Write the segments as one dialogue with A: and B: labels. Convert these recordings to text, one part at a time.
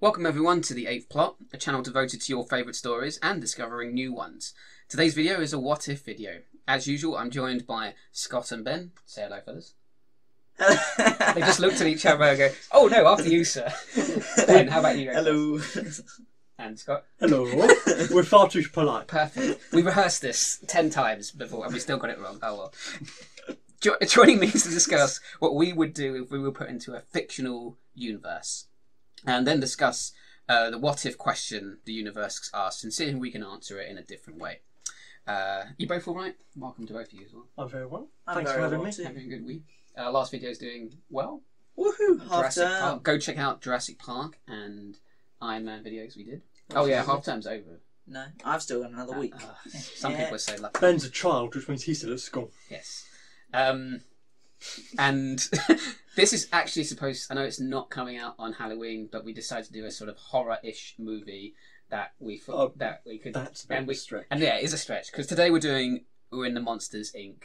A: Welcome, everyone, to The Eighth Plot, a channel devoted to your favourite stories and discovering new ones. Today's video is a what if video. As usual, I'm joined by Scott and Ben. Say hello, fellas. They just looked at each other and go, Oh no, after you, sir. Ben, how about you? go
B: Hello.
A: first? And Scott.
C: Hello. We're far too polite.
A: Perfect. We rehearsed this 10 times before and we still got it wrong. Oh well. Jo- joining me to discuss what we would do if we were put into a fictional universe and then discuss uh, the what if question the universe asks and see if we can answer it in a different way. Uh, you both all right? Welcome to both of you as well.
C: I'm very well.
B: I'm
C: Thanks
B: very
C: for having
B: well
C: me.
B: too.
A: Having a good week. Uh, last video's doing well.
B: Woohoo! Half
A: Jurassic
B: term.
A: Park. Go check out Jurassic Park and Iron Man videos we did. Oh yeah, half term's over.
B: No, I've still got another week.
A: Uh, some
B: Yeah.
A: people are so lucky.
C: Ben's a child, which means he's still at school.
A: Yes. Um, and this is actually supposed, I know it's not coming out on Halloween, but we decided to do a sort of horror ish movie that we thought
C: Oh,
A: that we could.
C: That's a
A: and
C: bit
A: we-
C: stretch.
A: And yeah, it is a stretch because today we're doing we're in the Monsters Inc.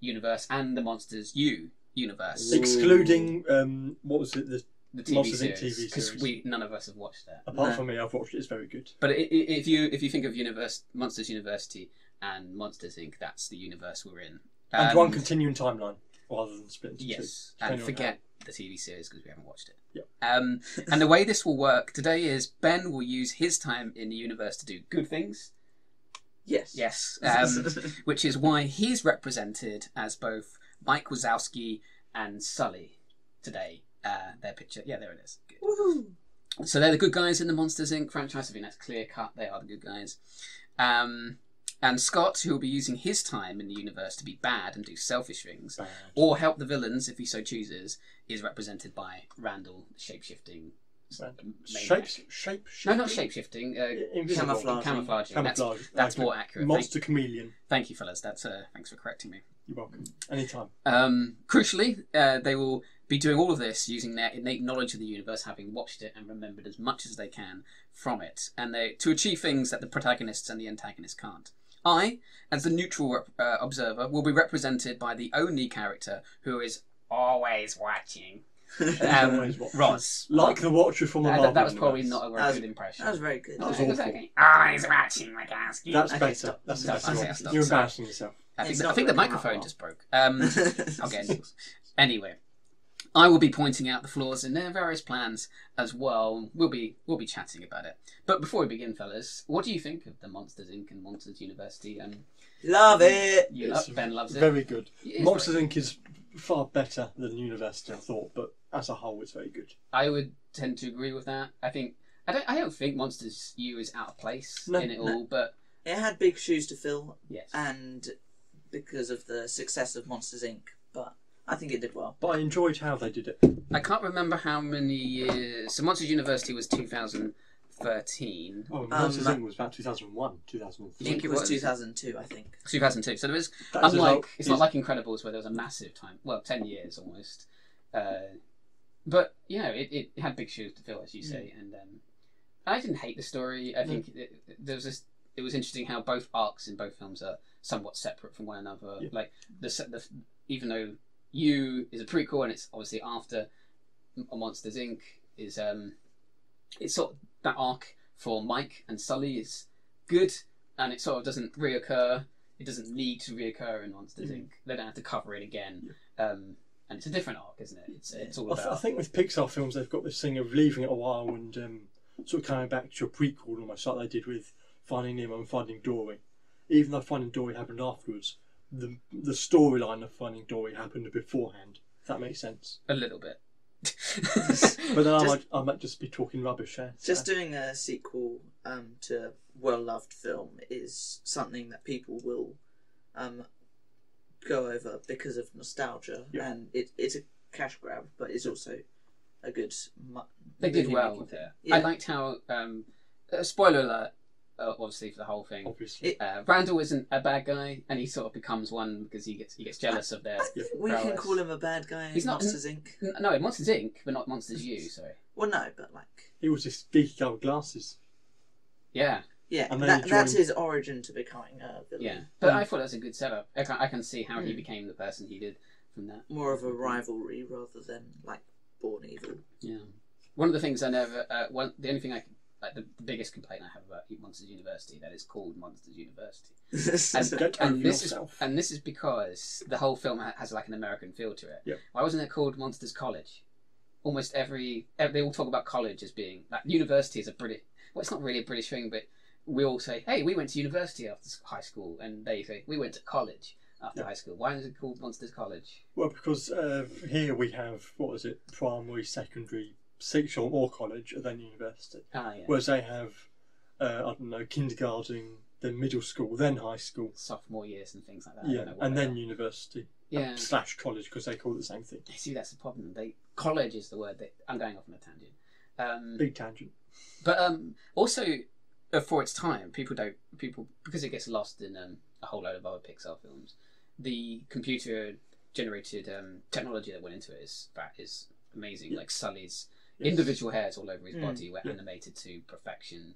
A: universe and the Monsters U universe,
B: Ooh.
C: Excluding um, what was it? The,
A: the TV
C: Monsters Inc.
A: series,
C: TV
A: because
C: series.
A: we none of us have watched that.
C: apart
B: No.
C: from me, I've watched it. It's very good.
A: But i- i- if you if you think of universe Monsters University and Monsters Inc., that's the universe we're in.
C: And
A: Um,
C: one continuing timeline rather than split into two.
A: Yes,
C: Depending
A: and
C: on
A: forget the TV series because we haven't watched it.
C: Yep.
A: Um, and the way this will work today is Ben will use his time in the universe to do good things.
B: Yes.
A: Yes. Um, which is why he's represented as both Mike Wazowski and Sully today. Uh, their picture. Yeah, there it is. Good.
B: Woohoo!
A: So they're the good guys in the Monsters Inc. franchise. I think that's clear cut. They are the good guys. Um, and Scott, who will be using his time in the universe to be bad and do selfish things,
C: Bad.
A: or help the villains if he so chooses, is represented by Randall shapeshifting.
C: Random.
A: maniac.
C: Shapes, shape,
A: No, not shapeshifting. Uh,
C: Invisible.
B: Camouflage.
A: camouflaging. That's,
C: Camouflage.
A: that's
C: Okay.
A: more accurate. Thank,
C: Monster chameleon.
A: thank you, fellas. That's uh, thanks for correcting me.
C: You're welcome. Anytime.
A: Um, crucially, uh, they will be doing all of this using their innate knowledge of the universe, having watched it and remembered as much as they can from it, and they to achieve things that the protagonists and the antagonists can't. I, as the neutral rep- uh, observer, will be represented by the only character who is always watching. Um,
C: Always watching.
A: Roz.
C: Like the Watcher from the
A: Uh,
C: Marvel
A: that, that was probably
C: universe.
A: not a
B: That
A: very
B: was-
A: good impression.
B: that was very good.
C: That was
A: No, it
C: awful.
A: okay. Always watching Wazowski.
C: That's
B: Okay,
C: better.
B: stop.
C: That's
A: No,
C: better.
A: I say I stopped.
C: You're embarrassing yourself.
A: I think,
B: It's
A: the, I
B: not
A: think the
B: working out
A: microphone
B: well.
A: just broke. Um, okay. Anyway, I will be pointing out the flaws in their various plans as well. We'll be we'll be chatting about it. But before we begin, fellas, what do you think of the Monsters Inc. and Monsters University? And
B: Love
A: Um,
B: it.
A: you
C: It's
A: love, Ben loves it.
C: Very good.
A: It is
C: Monsters
A: very-
C: Inc. is far better than University, I thought, but as a whole, it's very good.
A: I would tend to agree with that. I think I don't I don't think Monsters U is out of place
C: No, Uh,
A: in it
B: no.
A: all, but
B: It had big shoes to fill,
A: yes,
B: and because of the success of Monsters Inc., but I think it did well.
C: But I enjoyed how they did it.
A: I can't remember how many years. So Monsters University was 2013.
C: Oh,
B: Um,
C: Monsters Inc. was about 2001, 2003.
A: I think it
B: It was
A: was.
B: 2002, I think.
A: 2002. So there was
C: That is a
A: Unlike
C: lot-
A: it's not like Incredibles where there was a massive time, well, ten years almost. Uh, but you know, it, it had big shoes to fill, as you say. And um, I didn't hate the story. I
C: Mm. No.
A: think it, it- there was this. It was interesting how both arcs in both films are somewhat separate from one another.
C: Yeah.
A: Like the, se- the even though you is a prequel and it's obviously after M- Monsters Inc. is um, it's sort of that arc for Mike and Sully is good, and it sort of doesn't reoccur. It doesn't need to reoccur in
B: Mm.
A: Monsters
C: Mhm.
A: Inc. They don't have to cover it again, um, and it's a different arc, isn't it? It's it's all
C: I, th- I
A: about
C: think with Pixar films, they've got this thing of leaving it a while and um, sort of coming back to a prequel almost, like they did with Finding Nemo and Finding Dory. Even though Finding Dory happened afterwards, the the storyline of Finding Dory happened beforehand. If that makes sense.
A: a little bit.
C: But then I, might,
B: Just-
C: I might just be talking rubbish. Eh?
B: Just doing a sequel um, to a well loved film is something that people will um, go over because of nostalgia,
C: Yeah.
B: and it, it's a cash grab, but it's also a good. Mu-
A: they did
B: movie
A: well
B: making
A: with
B: thing.
A: it.
B: Yeah.
A: I liked how. Um, uh, spoiler alert, uh, obviously for the whole thing.
C: obviously.
A: Uh, Randall isn't a bad guy, and he sort of becomes one because he gets he gets jealous of their.
B: I think we can
A: prowess.
B: call him a bad guy in
A: He's not-
B: Monsters Inc.
A: N- No, in Monsters Inc., but not Monsters U. Sorry.
B: Well, no, but like,
C: He was this big guy with glasses.
A: Yeah,
B: yeah,
C: And then
B: that,
C: he
B: that's
C: joined-
B: his origin to becoming a villain.
A: yeah. But
C: Mm.
A: I thought that was a good setup. I can, I can see how
C: Hmm.
A: he
B: Mm.
A: became the person he did from that.
B: More of a rivalry rather than like born evil.
A: Yeah. One of the things I never, uh, one the only thing I like the, the biggest complaint I have about Monsters University that it's called Monsters University.
B: That's
C: Get over
A: and this is
C: yourself.
A: and this is because the whole film ha- has like an American feel to it.
C: Yeah.
A: Why wasn't it called Monsters College? Almost every ev- they all talk about college as being like university is a British. Well, it's not really a British thing, but we all say, "Hey, we went to university after s- high school," and they say, "We went to college after
C: Yeah.
A: high school." Why is it called Monsters College?
C: Well, because uh, here we have what is it, primary, secondary, sexual or college, and then university.
A: Ah, yeah.
C: Whereas they have, uh, I don't know, kindergarten, then middle school, then high school,
A: Sophomore years and things like that. I
C: yeah,
A: don't know what
C: and
A: they
C: then
A: are.
C: university uh,
A: yeah.
C: slash college because they call it the same thing.
A: See, that's the problem. They college is the word. That, I'm going off on a tangent. Um,
C: Big tangent.
A: But um, also, uh, for its time, people don't people because it gets lost in um, a whole load of other Pixar films. The computer generated um, technology that went into it is that is amazing.
C: Yeah.
A: Like Sully's
C: Yes.
A: individual hairs all over his
B: Mm,
A: body were
C: yeah.
A: animated to perfection,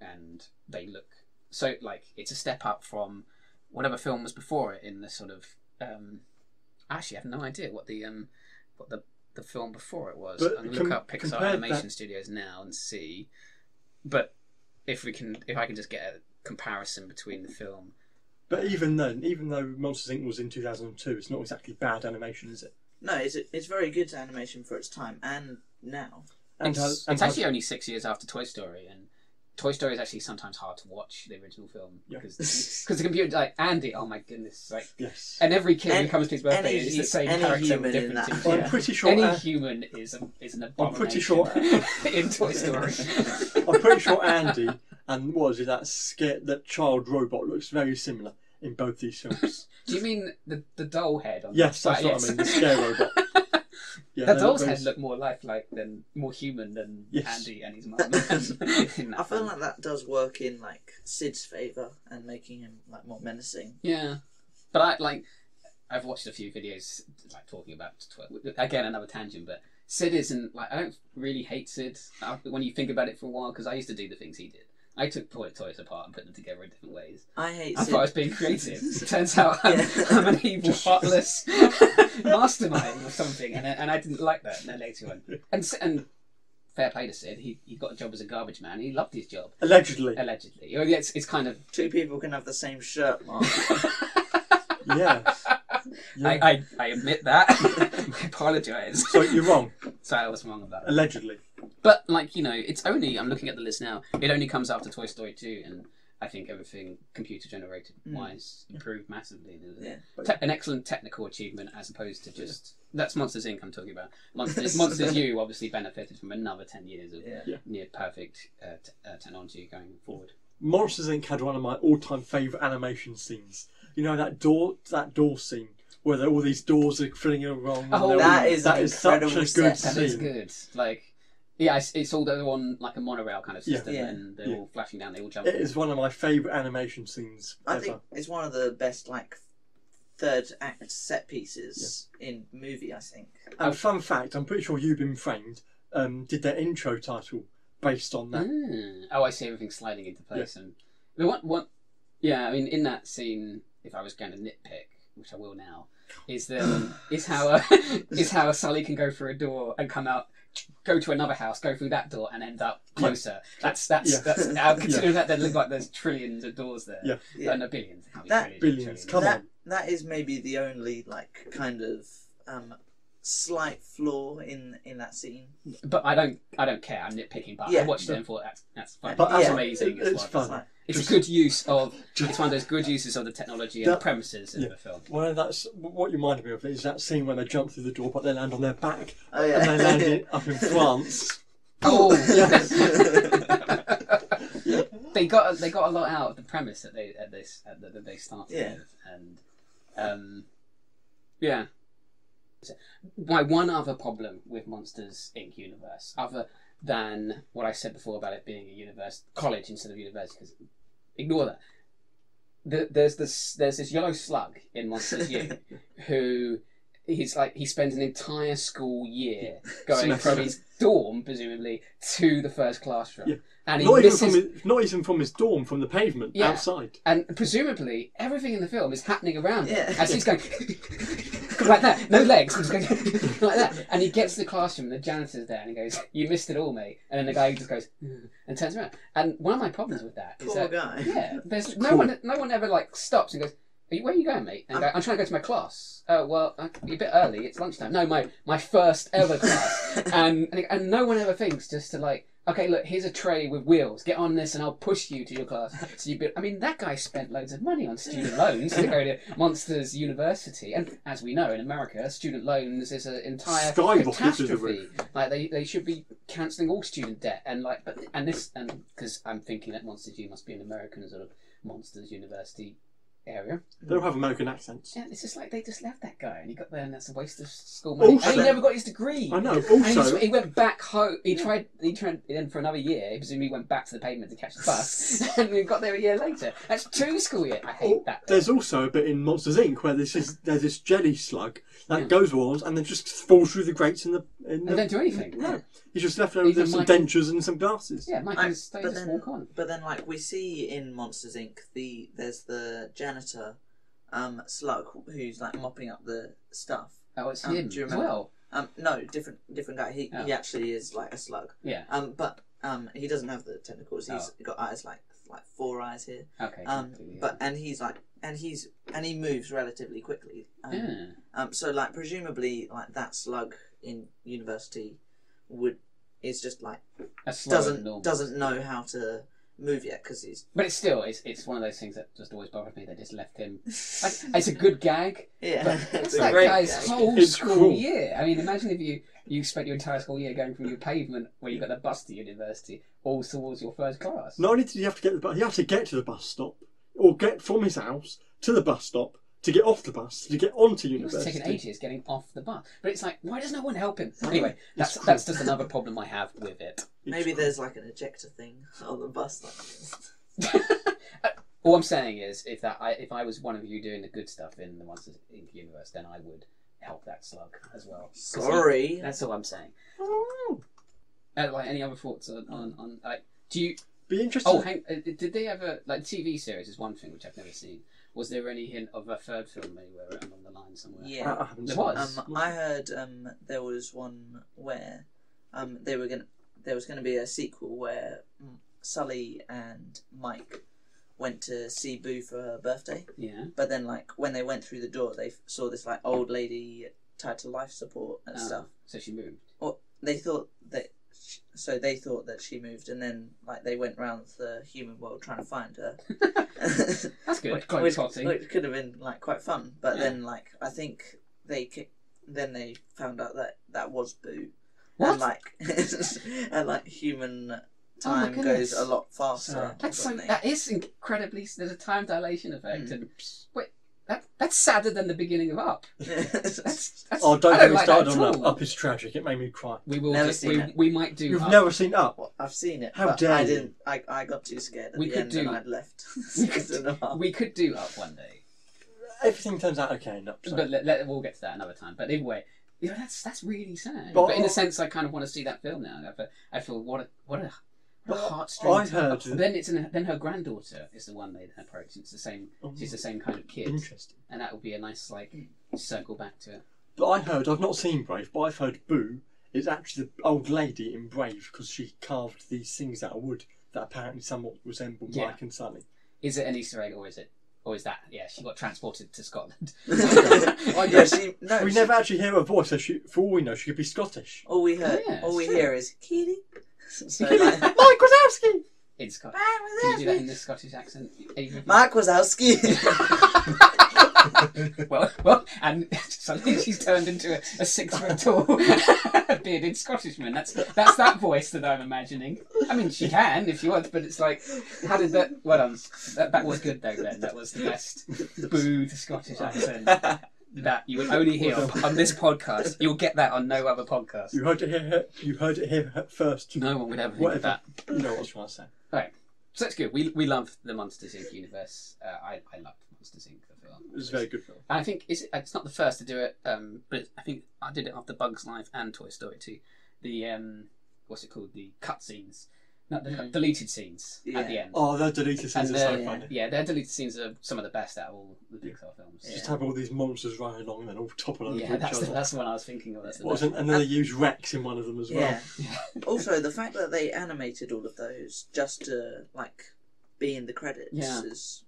A: and they look so like it's a step up from whatever film was before it in the sort of. Um, actually, I have no idea what the um, what the the film before it was.
C: But
A: I'm gonna
C: com-
A: look up Pixar
C: compare
A: Animation
C: that-
A: Studios now and see. But if we can, if I can just get a comparison between the film,
C: But even then, even though Monsters Inc. was in 2002, it's not exactly bad animation, is it?
B: no, it's it's very good animation for its time and now.
C: And
A: it's,
C: has- and
A: it's
C: has-
A: actually only six years after Toy Story, and Toy Story is actually sometimes hard to watch the original film
C: Yeah.
A: because because the computer like Andy, oh my goodness, like
C: yes.
A: and every kid
B: Any-
A: who comes to his birthday
B: any
A: is
B: hu-
A: the same
B: any
A: character with
B: human in
A: different
B: that.
A: things.
C: Well,
B: yeah.
C: I'm pretty sure.
A: any
C: An-
A: human is a, is an abomination.
C: I'm pretty sure.
A: in Toy Story.
C: I'm pretty sure Andy and what is it that scare that child robot looks very similar in both these films.
A: Do you mean the the doll head? On
C: yes,
A: the
C: that's what I mean. The scare robot. Yeah,
A: that
C: they
A: doll's
C: very
A: head looked more lifelike than more human than
C: Yes.
A: Andy and his mum. in that
B: I feel
A: film.
B: like that does work in like Sid's favour and making him like more menacing.
A: yeah, but I like I've watched a few videos like talking about tw- again another tangent, but Sid isn't like I don't really hate Sid uh, when you think about it for a while because I used to do the things he did. I took toy toys apart and put them together in different ways.
B: I hate
A: I
B: Sid.
A: thought I was being creative. Turns out I'm,
B: Yeah.
A: I'm an evil, heartless mastermind or something, and I, and I didn't like that. No, later on, and S- and fair play to Sid, he he got a job as a garbage man. He loved his job.
C: Allegedly,
A: allegedly. Well, yeah, It's, it's kind of.
B: Two people can have the same shirt, Mark.
C: yeah. yeah.
A: I, I, I admit that. I apologise.
C: So you're wrong.
A: Sorry, I was wrong about that.
C: Allegedly,
A: But, like, you know, it's only. I'm looking at the list now. It only comes after Toy Story 2, and I think everything computer generated
C: Mm.
A: wise improved massively. doesn't it? Te- an excellent technical achievement as opposed to just. That's Monsters Inc. I'm talking about. Monsters, Monsters U obviously benefited from another 10 years of
B: Yeah.
C: Yeah.
A: near perfect uh, t- uh, technology going forward.
C: Monsters Inc. had one of my all-time favorite animation scenes. You know that door, that door scene where there- all these doors are filling around.
A: Oh,
B: that is
C: that
B: an
C: is such a
B: incredible
C: good
B: set.
A: That
C: scene.
A: is good. Like, yeah, it's, it's all the one like a monorail kind of
C: Yeah.
A: system,
B: Yeah.
A: and they're
C: Yeah.
A: all flashing down. They all jump.
C: It is one of my favourite animation scenes
B: I
C: ever.
B: think it's one of the best like third act set pieces in movie. I think.
C: And fun fact, I'm pretty sure you've been framed. Um, did their intro title based on that?
A: Mm. Oh, I see everything sliding into place. And the one, one, yeah. I mean, in that scene, if I was going to nitpick, which I will now, is the is how uh, is how Sully can go through a door and come out. Go to another house, go through that door, and end up closer. That's that's
C: Yeah.
A: that's. i considering that there look like there's trillions of doors there.
C: Yeah.
B: Yeah.
A: Uh, no, billions. It can't be
B: That-
A: trillions, trillions.
C: Billions, come
B: that
C: on.
B: that is maybe the only like kind of um, slight flaw in in that scene.
A: But I don't, I don't care. I'm nitpicking, but I
B: Yeah.
A: watched it and thought that's that's fun.
C: But
A: that's
B: Yeah.
A: amazing.
C: It's
A: well.
C: fun.
B: It's like-
A: It's
C: Just-
A: a good use of.
C: Just-
A: It's one of those good uses of the technology and
C: That-
A: the premises of
C: yeah.
A: the film.
C: Well, that's what you reminded me of is that scene when they jump through the door, but they land on their back,
B: Oh
C: and they land
B: yeah.
C: in, up in France.
A: Oh,
C: Yeah.
A: they got they got a lot out of the premise that they at this at the, that they started
B: Yeah.
A: with, and um, yeah. So, My one other problem with Monsters Inc. universe, other than what I said before about it being a universe college instead of university, 'cause ignore that. The, there's this there's this yellow slug in Monsters U who he's like he spends an entire school year going
C: Semester.
A: from his dorm presumably to the first classroom,
C: Yeah.
A: and he
C: Not even,
A: misses
C: from his, not even from his dorm, from the pavement
A: Yeah.
C: outside.
A: and presumably everything in the film is happening around him
B: Yeah.
A: as he's going like that, no legs, I'm just going like that. And he gets to the classroom, and the janitor's there, and he goes, "You missed it all, mate." And then the guy just goes "Ugh," and turns around. And one of my problems with that is
B: Poor
A: that
B: guy.
A: yeah, there's no
C: Cool.
A: one, no one ever like stops and goes, Are you, "Where are you going, mate?" And I go, I'm trying to go to my class. Oh well, I, you're a bit early. It's lunchtime. No, mate, my first ever class. and and- and no one ever thinks just to like. Okay, look, here's a tray with wheels. Get on this, and I'll push you to your class. So you, be, I mean, that guy spent loads of money on student loans to go to Monsters University, and as we know in America, student loans is an entire
C: Skyrocketed to the
A: catastrophe.
C: roof.
A: Like they, they should be cancelling all student debt, and like, but and this, and because I'm thinking that Monsters U must be an American sort of Monsters University area.
C: They don't have American accents.
A: Yeah, it's just like they just left that guy, and he got there, and that's a waste of school money, and
C: Also-
A: he never got his degree.
C: I know.
A: And he, just-
C: Also,
A: he went back home. He tried. He tried. Then for another year, he presumably went back to the pavement to catch the bus, and we got there a year later. That's two school year. I hate
B: Oh,
A: that. though.
C: oh, there's also a bit in Monsters Inc. where this is there's this jelly slug that
A: Yeah.
C: goes on and then just falls through the grates in the. In
A: They
C: the
A: don't do anything.
C: no, he's just left over
A: Even
C: with some
A: Michael-
C: dentures and some glasses.
A: Yeah, Mike,
B: I-
A: just, they
B: but
A: just
B: then-
A: walk on.
B: But then, like we see in Monsters Inc., the there's the janitor, um, slug who's like mopping up the stuff.
A: Oh, it's
B: Um,
A: him
B: do you
A: as
B: remember?
A: well.
B: Um, no, different different guy. He
A: Oh.
B: he actually is like a slug.
A: Yeah.
B: Um, but um, he doesn't have the tentacles. He's
A: Oh.
B: got eyes like like four eyes here.
A: Okay.
B: Um,
A: completely,
B: but and he's like and he's and he moves relatively quickly. Um,
A: yeah.
B: Um, so like presumably like that slug in university would is just like
A: That's slower than normal.
B: doesn't doesn't know how to move yet because he's
A: But it's still, it's, it's one of those things that just always bothered me. They just left him. I, it's a good gag,
B: yeah.
A: but
B: it's
A: it's
B: a
A: that
B: great
A: guy's
B: gag.
A: whole
C: It's
A: school
C: cruel.
A: year. I mean, imagine if you you spent your entire school year going from your pavement where you got the bus to university all towards your first class.
C: Not only did he have to get to the bus, he had to get to the bus stop or get from his house to the bus stop to get off the bus to get onto
A: It was
C: university.
A: taking ages getting off the bus. But it's like, why does no one help him?
B: Mm.
A: Anyway, that's
C: cruel.
A: that's just another problem I have with it.
C: It's
B: Maybe
C: cruel.
B: there's like an ejector thing on the bus. Like,
A: All I'm saying is, if that I, if I was one of you doing the good stuff in the Monsters Inc. universe, then I would help that slug as well. 'Cause he-
B: Sorry.
A: that's all I'm saying.
C: oh,
A: Uh, like, any other thoughts on, on, on like, do you?
C: Be interesting.
A: Oh, hang, uh, did they ever like TV series is one thing which I've never seen. Was there any hint of a third film anywhere along the line somewhere?
B: Yeah.
C: I- I haven't
A: There
C: seen
A: was.
C: it.
B: Um, I heard um, there was one where um, they were gonna there was gonna be a sequel where mm, Sully and Mike went to see Boo for her birthday,
A: Yeah.
B: but then like when they went through the door, they f- saw this like old lady tied to life support and
A: Oh,
B: stuff.
A: So she moved.
B: They thought that sh so they thought that she moved, and then like they went round the human world trying to find her.
A: That's good.
B: Which-
A: Chloe
B: which,
A: Totty.
B: which could have been like quite fun, but
A: Yeah.
B: then like I think they ki- then they found out that that was Boo,
A: What?
B: and like and like human
A: Oh my
B: time goes
A: goodness.
B: a lot faster.
C: Sorry.
B: or
A: That's so.
B: something.
A: That is incredibly. There's a time dilation effect,
B: Mm.
A: and wait, that that's sadder than the beginning of Up. That's, that's
C: Oh, don't
A: I
C: get me
A: like
C: started
A: that
C: on
A: at
C: that.
A: all.
C: Up is tragic. It made me cry.
A: We will.
B: Never
A: do-
B: seen
A: we,
B: it.
A: we might do.
C: You've
A: Up.
C: never seen Up.
B: Well, I've seen it.
C: How
B: but
C: dare
B: I
C: you.
B: didn't. I, I got too scared at
A: We
B: the
A: could
B: end and
A: do-
B: I'd left.
A: We could
B: Season half.
A: We could do Up one day,
C: Everything turns out okay in Up. so-
A: but let, let, we'll get to that another time. But anyway, you know, that's that's really sad.
C: But-
A: But, in a sense, I kind of want to see that film now. I feel, I feel what a what a. What a
C: But
A: heartstring.
C: I heard-
A: But Then it's in, then her granddaughter is the one they approach. It's the same.
C: Oh,
A: She's the same kind of kid,
C: interesting.
A: and that would be a nice like circle back to it.
C: But I heard, I've not seen Brave, but I've heard Boo is actually the old lady in Brave because she carved these things out of wood that apparently somewhat resemble
A: Yeah.
C: Mike and Sally.
A: Is it an Easter egg or is it or is that? Yeah, she got transported to Scotland.
B: yeah, she, no,
C: we
B: she-
C: never actually hear her voice, so she, for all we know, she could be Scottish.
B: All we heard,
A: Yeah,
B: all
A: it's
B: we
A: true.
B: hear is Kitty. So, like,
A: Mike
C: Wazowski!
A: in Scotland.
B: Mike
A: Can you do that in
B: Wazowski.
A: the Scottish accent? Even-
B: Mike Wazowski.
A: well, well, and suddenly she's turned into a, a six foot tall bearded Scottishman. That's that's that voice that I'm imagining. I mean, she can if she wants, but it's like, how did that? Well done. That, that was good though, Ben. That was the best booed Scottish accent that you would only hear on, on this podcast. You'll get that on no other podcast.
C: You heard it here, you heard it here first.
A: No one would ever think of
C: Whatever.
A: that.
C: You know what I was trying to say.
A: So that's good. We we love the Monsters Inc. universe. Uh, I I love Monsters Inc. the film.
C: It was a very good film.
A: And I think it's, uh, it's not the first to do it, um, but I think I did it after Bugs Life and Toy Story 2. The um, what's it called? The cutscenes Not the
B: Mm.
A: deleted scenes at the
B: Yeah.
A: end.
C: Oh, that deleted scenes
A: And
C: are so
A: then-
C: funny.
A: Yeah, their deleted scenes are some of the best out of all the Pixar films.
B: Yeah.
C: Just have all these monsters running along and then all topple over
A: Yeah,
C: each
A: that's the,
C: other.
A: that's the one I was thinking of. That's the
C: What was
A: best.
C: it? And then they use Rex in one of them as well.
B: Yeah. also, the fact that they animated all of those just to like be in the credits
A: Yeah.
B: is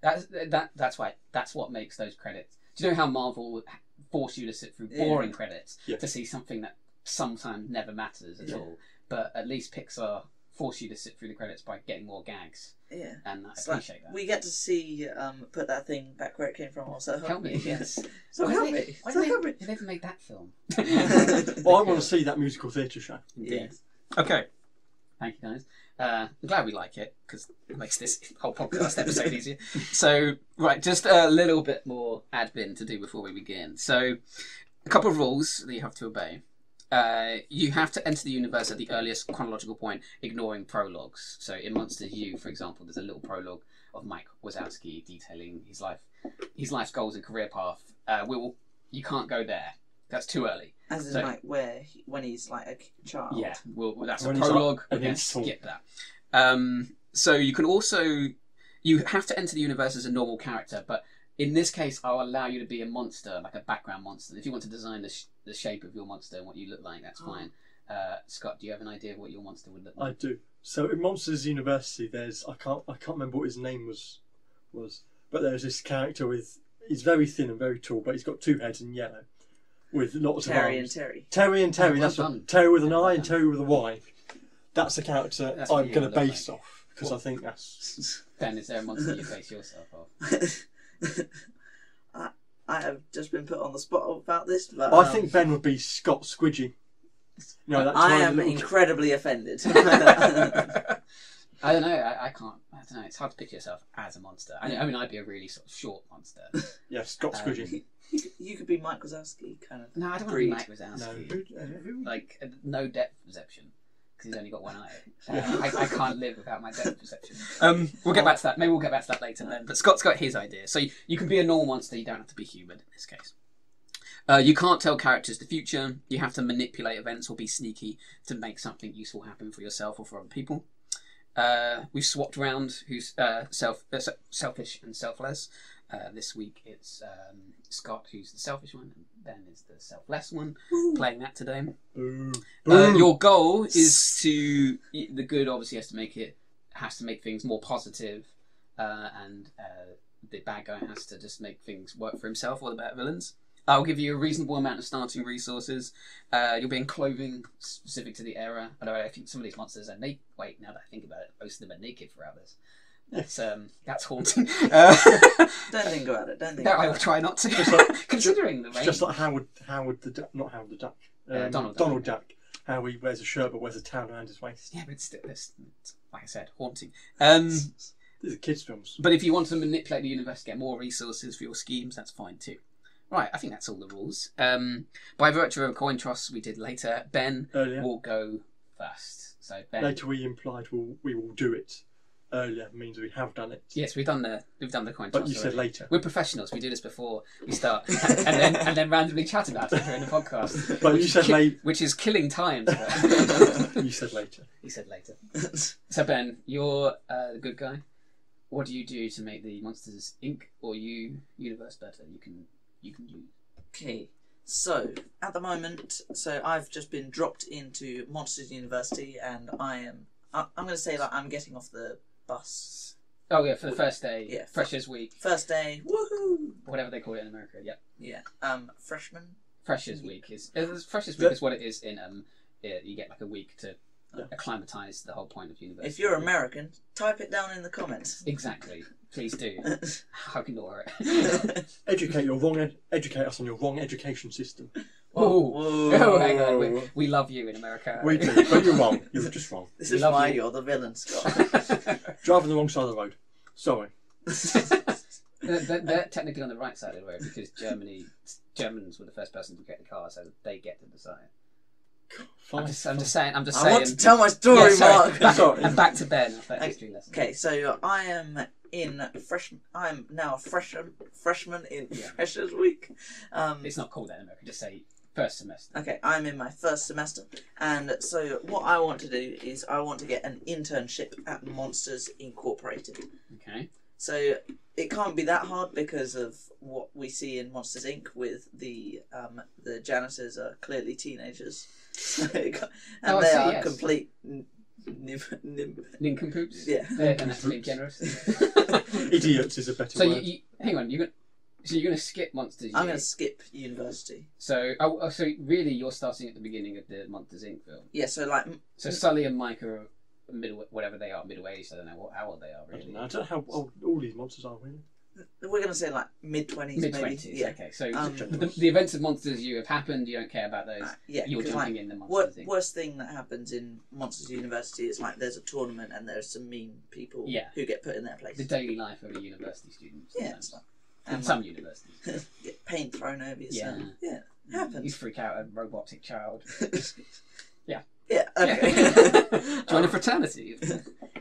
A: That's that. That's why. That's what makes those credits. Do you know how Marvel would force you to sit through
B: Yeah.
A: boring credits
C: Yeah.
A: to see something that sometimes never matters at
C: Yeah.
A: all? But at least Pixar force you to sit through the credits by getting more gags,
B: yeah.
A: and I
B: It's like
A: appreciate that.
B: We get to see um put that thing back where it came from. Also, help,
A: Help me, yes.
B: So
A: Why
B: help
A: did they-
B: me.
A: Why
B: So
A: did
B: help
A: they,
B: me.
A: they never made that film?
C: Well, I want to see that musical theatre show.
B: Yeah.
A: Okay. Thank you, guys. Uh, I'm glad we like it because it makes this whole podcast episode easier. So, right, just a little bit more admin to do before we begin. So, a couple of rules that you have to obey. Uh, you have to enter the universe at the earliest chronological point, ignoring prologues. So, in Monsters U, for example, there's a little prologue of Mike Wazowski detailing his life, his life's goals and career path. Uh, we will, you can't go there. That's too early.
B: As in,
A: So-
B: like where he, when he's like a k- child.
A: Yeah, well, well, that's
C: When
A: a
C: he's
A: prologue.
C: up
A: We're
C: and
A: going to
C: he's tall.
A: skip that. Um, so you can also you have to enter the universe as a normal character, but in this case, I'll allow you to be a monster, like a background monster. If you want to design the, sh- the shape of your monster and what you look like, that's
B: Oh.
A: fine. Uh, Scott, do you have an idea of what your monster would look
C: I
A: like?
C: do. So in Monsters University, there's I can't I can't remember what his name was was, but there's this character with he's very thin and very tall, but he's got two heads and yellow, with lots
B: Terry and
C: of arms.
B: Terry.
C: Terry and Terry.
A: Oh, Well
C: that's
A: done.
C: what, Terry with an
A: Well
C: eye and
A: done.
C: Terry with a Y. That's the character
A: That's what
C: I'm
A: you
C: going to
A: look like.
C: base off because I think that's
A: Ben, is there a monster you base yourself off?
B: I, I have just been put on the spot about this, but
C: I
B: um,
C: think Ben would be Scott Squidgy. No, that
B: I
C: tiny
B: am
C: little-
B: incredibly offended.
A: I don't know. I, I can't. I don't know. It's hard to picture yourself as a monster. I mean, I mean I'd be a really sort of short monster.
C: yeah Scott
A: Um,
C: Squidgy.
B: you could be Mike Wazowski, kind of.
A: No, I don't
B: Breed.
A: want to be Mike
C: No,
A: Wazowski.
C: who, uh, who-
A: like uh, no depth perception because he's only got one eye. Uh,
C: Yeah. oh.
A: I, I can't live without my depth perception. Um, we'll get back to that. Maybe we'll get back to that later then. But Scott's got his idea. So you, you can be a normal monster. You don't have to be human in this case. Uh, you can't tell characters the future. You have to manipulate events or be sneaky to make something useful happen for yourself or for other people. Uh, we've swapped round who's uh, self uh, se- selfish and selfless. Uh, this week it's um, Scott who's the selfish one, and Ben is the selfless one.
B: Hmm.
A: Playing that today.
C: Boo.
A: Uh,
C: Boo.
A: your goal is to the good obviously has to make it has to make things more positive, uh, and uh, the bad guy has to just make things work for himself or the bad villains. I'll give you a reasonable amount of starting resources. Uh, you'll be in clothing specific to the era. Although I think some of these monsters are naked. Wait, now that I think about it, most of them are naked for others. That's um, that's haunting. Uh,
B: Don't think about it. Don't think.
A: no,
B: about
A: I will
B: it.
A: try not to.
C: Just like-
A: Considering the
C: It's
A: range,
C: just like Howard, Howard the Duck, not Howard the Duck, um,
A: Uh, Donald Duck.
C: Donald Duck. How he wears a shirt but wears a towel around his waist.
A: yeah, but it's, still- it's, it's like I said, haunting. Um,
C: These are kids' films.
A: But if you want to manipulate the universe to get more resources for your schemes, that's fine too. Right, I think that's all the rules. Um, by virtue of a coin toss we did later, Ben
C: Earlier,
A: will go first. So Ben,
C: later we implied we'll, we will do it. Earlier means we have done it,
A: yes, we've done the we've done the coin toss.
C: but you said
A: already.
C: later.
A: We're professionals. We do this before we start, and then and then randomly chat about it during the podcast,
C: But you said
A: Ki-
C: later.
A: which is killing time. for us.
C: you said later.
A: he said later.
C: Um,
A: So Ben, you're uh, the good guy. What do you do to make the monsters Inc. or you universe better? You can you can use.
B: Okay. So at the moment, so I've just been dropped into Monsters University, and I am. I, I'm going to say that I'm getting off the bus.
A: Oh yeah, for the first day,
B: Yeah.
A: freshers week,
B: First day. Woohoo!
A: whatever they call it in America. Yeah,
B: Yeah. Um. Freshman.
A: freshers week is is- freshers week is what it is in um. yeah, you get like a week to
C: Yeah.
A: acclimatize the whole point of university.
B: If you're American, type it down in the comments.
A: exactly, please do. I'll ignore it.
C: Educate your wrong. Ed- educate us on your wrong education system.
A: Whoa.
B: Whoa.
A: Oh, hang on, we, we love you in America.
C: We do, but you're wrong. You're just wrong.
B: This
A: We
B: is
A: love
B: why
A: you.
B: you. are the villain, Scott.
A: they're,
C: Driving the wrong side of the road. Sorry.
A: they're, they're technically on the right side of the road because Germany Germans were the first person to get the car, so they get to decide. I'm
C: Fine.
A: just, I'm just saying. I'm just
B: Oh I
A: saying.
B: want to tell my story,
A: Yeah, sorry,
B: Mark.
A: back-
C: Sorry.
A: And back to Ben. after that
B: Okay.
A: history lesson.
B: Okay, so I am in freshman. I'm now a freshman. Freshman in
A: Yeah.
B: freshers week. Um,
A: It's not called that in America. Just say First semester.
B: Okay, I'm in my first semester, and so what I want to do is I want to get an internship at Monsters Incorporated.
A: Okay.
B: So it can't be that hard because of what we see in Monsters Inc. with the um, the janitors are clearly teenagers, So it can't- and
A: Oh, I
B: they
A: see,
B: are
A: yes.
B: complete n- nim- nim-
A: Nincompoops.
B: yeah.
A: Yeah, and that's being generous.
C: Idiots is a better
A: so you,
C: word.
A: you, hang on, you're gonna, so you're gonna skip monsters.
B: I'm
A: Year.
B: going to skip university.
A: So oh, oh, so really, you're starting at the beginning of the Monsters Inc. film.
B: Yeah, so like m-
A: So Sully and Mike are middle, whatever they are, middle aged. I don't know what how old they are
C: I don't
A: really.
C: know. I don't know how old all these monsters are, really.
B: we're going to say like mid twenties,
A: Mid
B: maybe.
A: twenties.
B: Yeah,
A: Okay, so
B: Um,
A: the, the events of Monsters you have happened. You don't care about those.
B: Uh, yeah.
A: You're
B: 'cause,
A: jumping
B: like,
A: in the
B: wor-
A: Monsters Inc.
B: worst thing that happens in Monsters University is like there's a tournament and there's some mean people
A: Yeah.
B: who get put in their place.
A: The daily life of a university student.
B: Yeah,
A: sometimes.
B: it's like-
A: in
B: and
A: some universities.
B: like, get paint thrown over yourself.
A: Yeah.
B: Yeah, it
A: You
B: happens.
A: freak out a robotic child.
B: Yeah, okay. Um,
A: Yeah. Join a fraternity.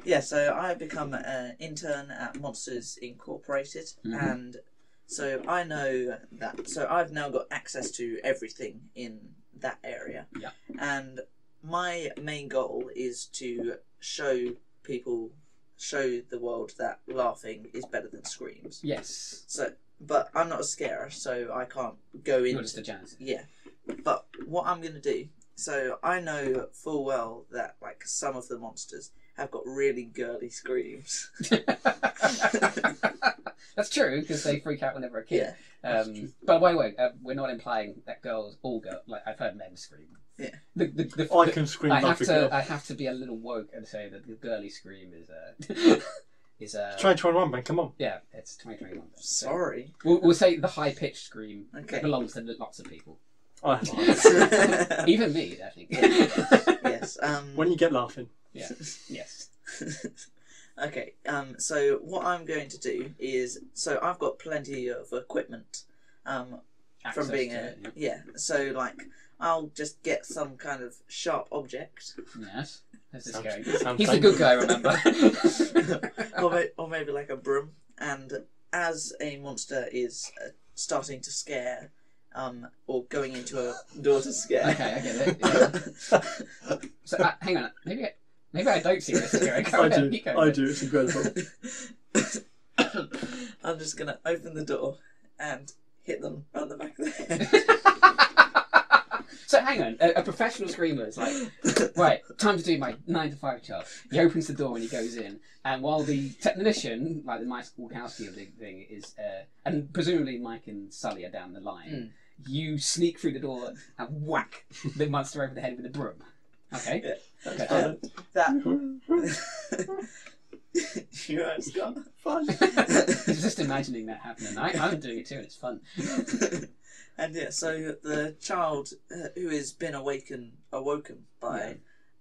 B: yeah, so I become an intern at Monsters Incorporated,
A: Mhm.
B: and so I know that. So I've now got access to everything in that area.
A: Yeah.
B: And my main goal is to show people, show the world that laughing is better than screams.
A: Yes.
B: So, but I'm not a scarer, so I can't go
A: You're
B: into
A: just a janitor.
B: yeah. But what I'm going to do, so I know full well that like some of the monsters have got really girly screams.
A: That's true because they freak out whenever a kid.
C: That's
A: Um,
C: true.
A: but wait, wait. Uh, we're not implying that girls all go. Like I've heard men scream.
B: Yeah.
A: The, the, the,
C: Oh, I
A: the-
C: can scream
A: I
C: like
A: have
C: a
A: to.
C: girl.
A: I have to be a little woke and say that the girly scream is uh, is uh,
C: Try and try and run, man. Come on.
A: yeah. It's 2021. So
B: Sorry.
A: We'll, we'll say the high pitched scream
B: Okay.
A: belongs to lots of people,
C: I have eyes.
B: yes.
A: even me. I think.
B: Um,
C: When you get laughing,
A: yes.
B: okay. Um, so what I'm going to do is, so I've got plenty of equipment. Um,
A: Access
B: from being
A: to
B: a
A: it, yeah.
B: yeah. So like, I'll just get some kind of sharp object.
A: Yes. This is
C: Sounds-
A: going.
C: sounds
A: He's a good
C: dangerous.
A: guy, remember?
B: or, may- or maybe like a broom. And as a monster is uh, starting to scare, um, or going into a door to scare.
A: Okay, I get it, so uh, hang on, maybe I, maybe I don't see this is going. Go
C: I
A: ahead,
C: do.
A: you go
C: I
A: ahead.
C: do. It's incredible.
B: I'm just gonna open the door and hit them on the back of the head.
A: so hang on, a, a professional screamer is like, right, time to do my nine to five job. He opens the door when he goes in, and while the technician, like the Mike Walkowski of the thing, is, uh, and presumably Mike and Sully are down the line,
B: Hmm.
A: you sneak through the door and whack the monster over the head with a broom. Okay. Okay.
B: Uh, that
C: Fun.
B: you are Scott.
A: He's just imagining that happening. I, I'm doing it too, and it's fun.
B: and yeah, so the child uh, who has been awakened, awoken by
A: Yeah.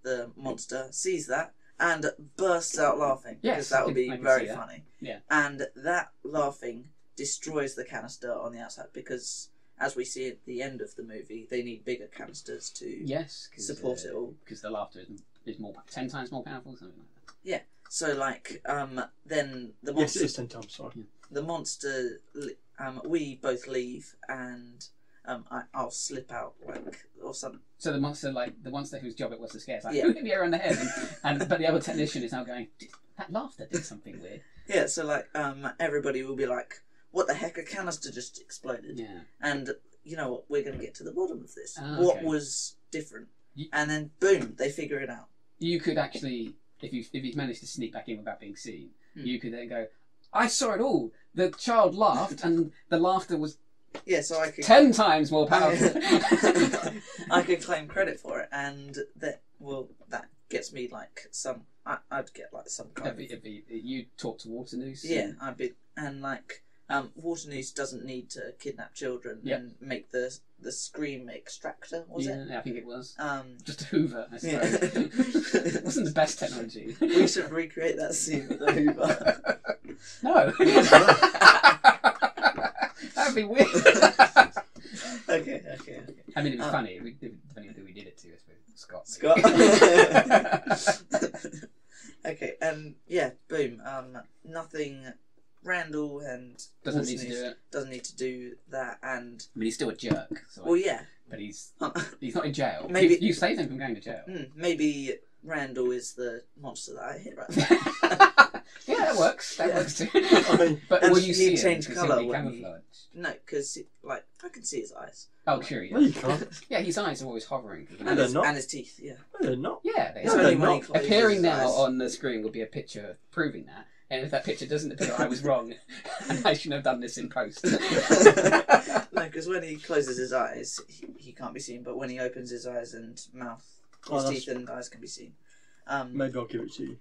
B: the monster sees that and bursts out laughing
A: Yes,
B: because that
A: I
B: would
A: can-
B: be
A: I can
B: very
A: see that.
B: funny.
A: Yeah.
B: And that laughing destroys the canister on the outside because, as we see at the end of the movie, they need bigger canisters to.
A: Yes. 'cause,
B: Support
A: uh,
B: it all.
A: Because the laughter is, is more ten times more powerful, something like that.
B: So, like, um, then the
C: yes,
B: monster
C: it is ten times. Sorry.
B: the monster li- um, we both leave and um, I, I'll slip out like or something.
A: So the monster, like the monster whose job it was to scare, is like,
B: Yeah.
A: "Who hit me around the head?" And, and but the other technician is now going, "Did- "That laughter did something weird."
B: Yeah, so like um, everybody will be like, "What the heck? A canister just exploded!"
A: Yeah.
B: And you know what? We're going to get to the bottom of this.
A: Ah,
B: What
A: okay.
B: was different?
A: Ye-
B: And then boom, they figure it out.
A: You could actually, if you if you managed to sneak back in without being seen,
B: Hmm.
A: you could then go, "I saw it all." The child laughed, and the laughter was
B: Yeah, so I could
A: ten times more powerful.
B: I could claim credit for it, and that well, that gets me like some. I, I'd get like some kind
A: It'd
B: of
A: be- it'd be- you talk to Water News.
B: Yeah, I'd be and like um, Water News doesn't need to kidnap children
A: Yeah.
B: and make the the scream extractor was it?
A: I think it was.
B: Um,
A: Just a Hoover, I
B: Yeah.
A: suppose. it wasn't the best technology.
B: we should recreate that scene with the Hoover.
A: No. That'd be weird.
B: okay, okay, okay.
A: I mean, it'd be
B: Uh,
A: funny. We, depending on who we did it to, I suppose. Scott.
B: Scott.
A: maybe.
B: okay, and yeah, boom. Um, nothing. Randall and
A: Doesn't
B: Water
A: need to
B: News
A: do it.
B: doesn't need to do that, and
A: I mean, he's still a jerk. So
B: well, yeah,
A: but he's
B: Huh.
A: he's not in jail.
B: Maybe-
A: you, you saved him from going to jail.
B: Hmm, maybe Randall is the monster that I hit right now.
A: yeah, that works. That
B: Yeah.
A: works too.
C: I mean,
A: but
B: And
A: will you
B: you
A: see
B: change
A: him?
B: colour
A: Because he'll be
B: when you-
A: camouflaged.
B: no, because like I can see his eyes
A: Oh, sure.
C: no,
A: Yeah.
C: you can't.
A: yeah, his eyes are always hovering.
C: No, they're not.
B: and his teeth. Yeah,
C: No, they're not.
A: Yeah, they
C: No,
A: are.
C: they're
B: when he
C: not.
B: closes
A: Appearing
B: his
A: now
B: eyes.
A: on the screen will be a picture proving that. And if that picture doesn't appear, I was wrong. I shouldn't have done this in post.
B: No, because when he closes his eyes, he, he can't be seen. But when he opens his eyes and mouth,
C: Oh,
B: his
C: that's-
B: teeth and eyes can be seen. Um,
C: Maybe I'll give it to you.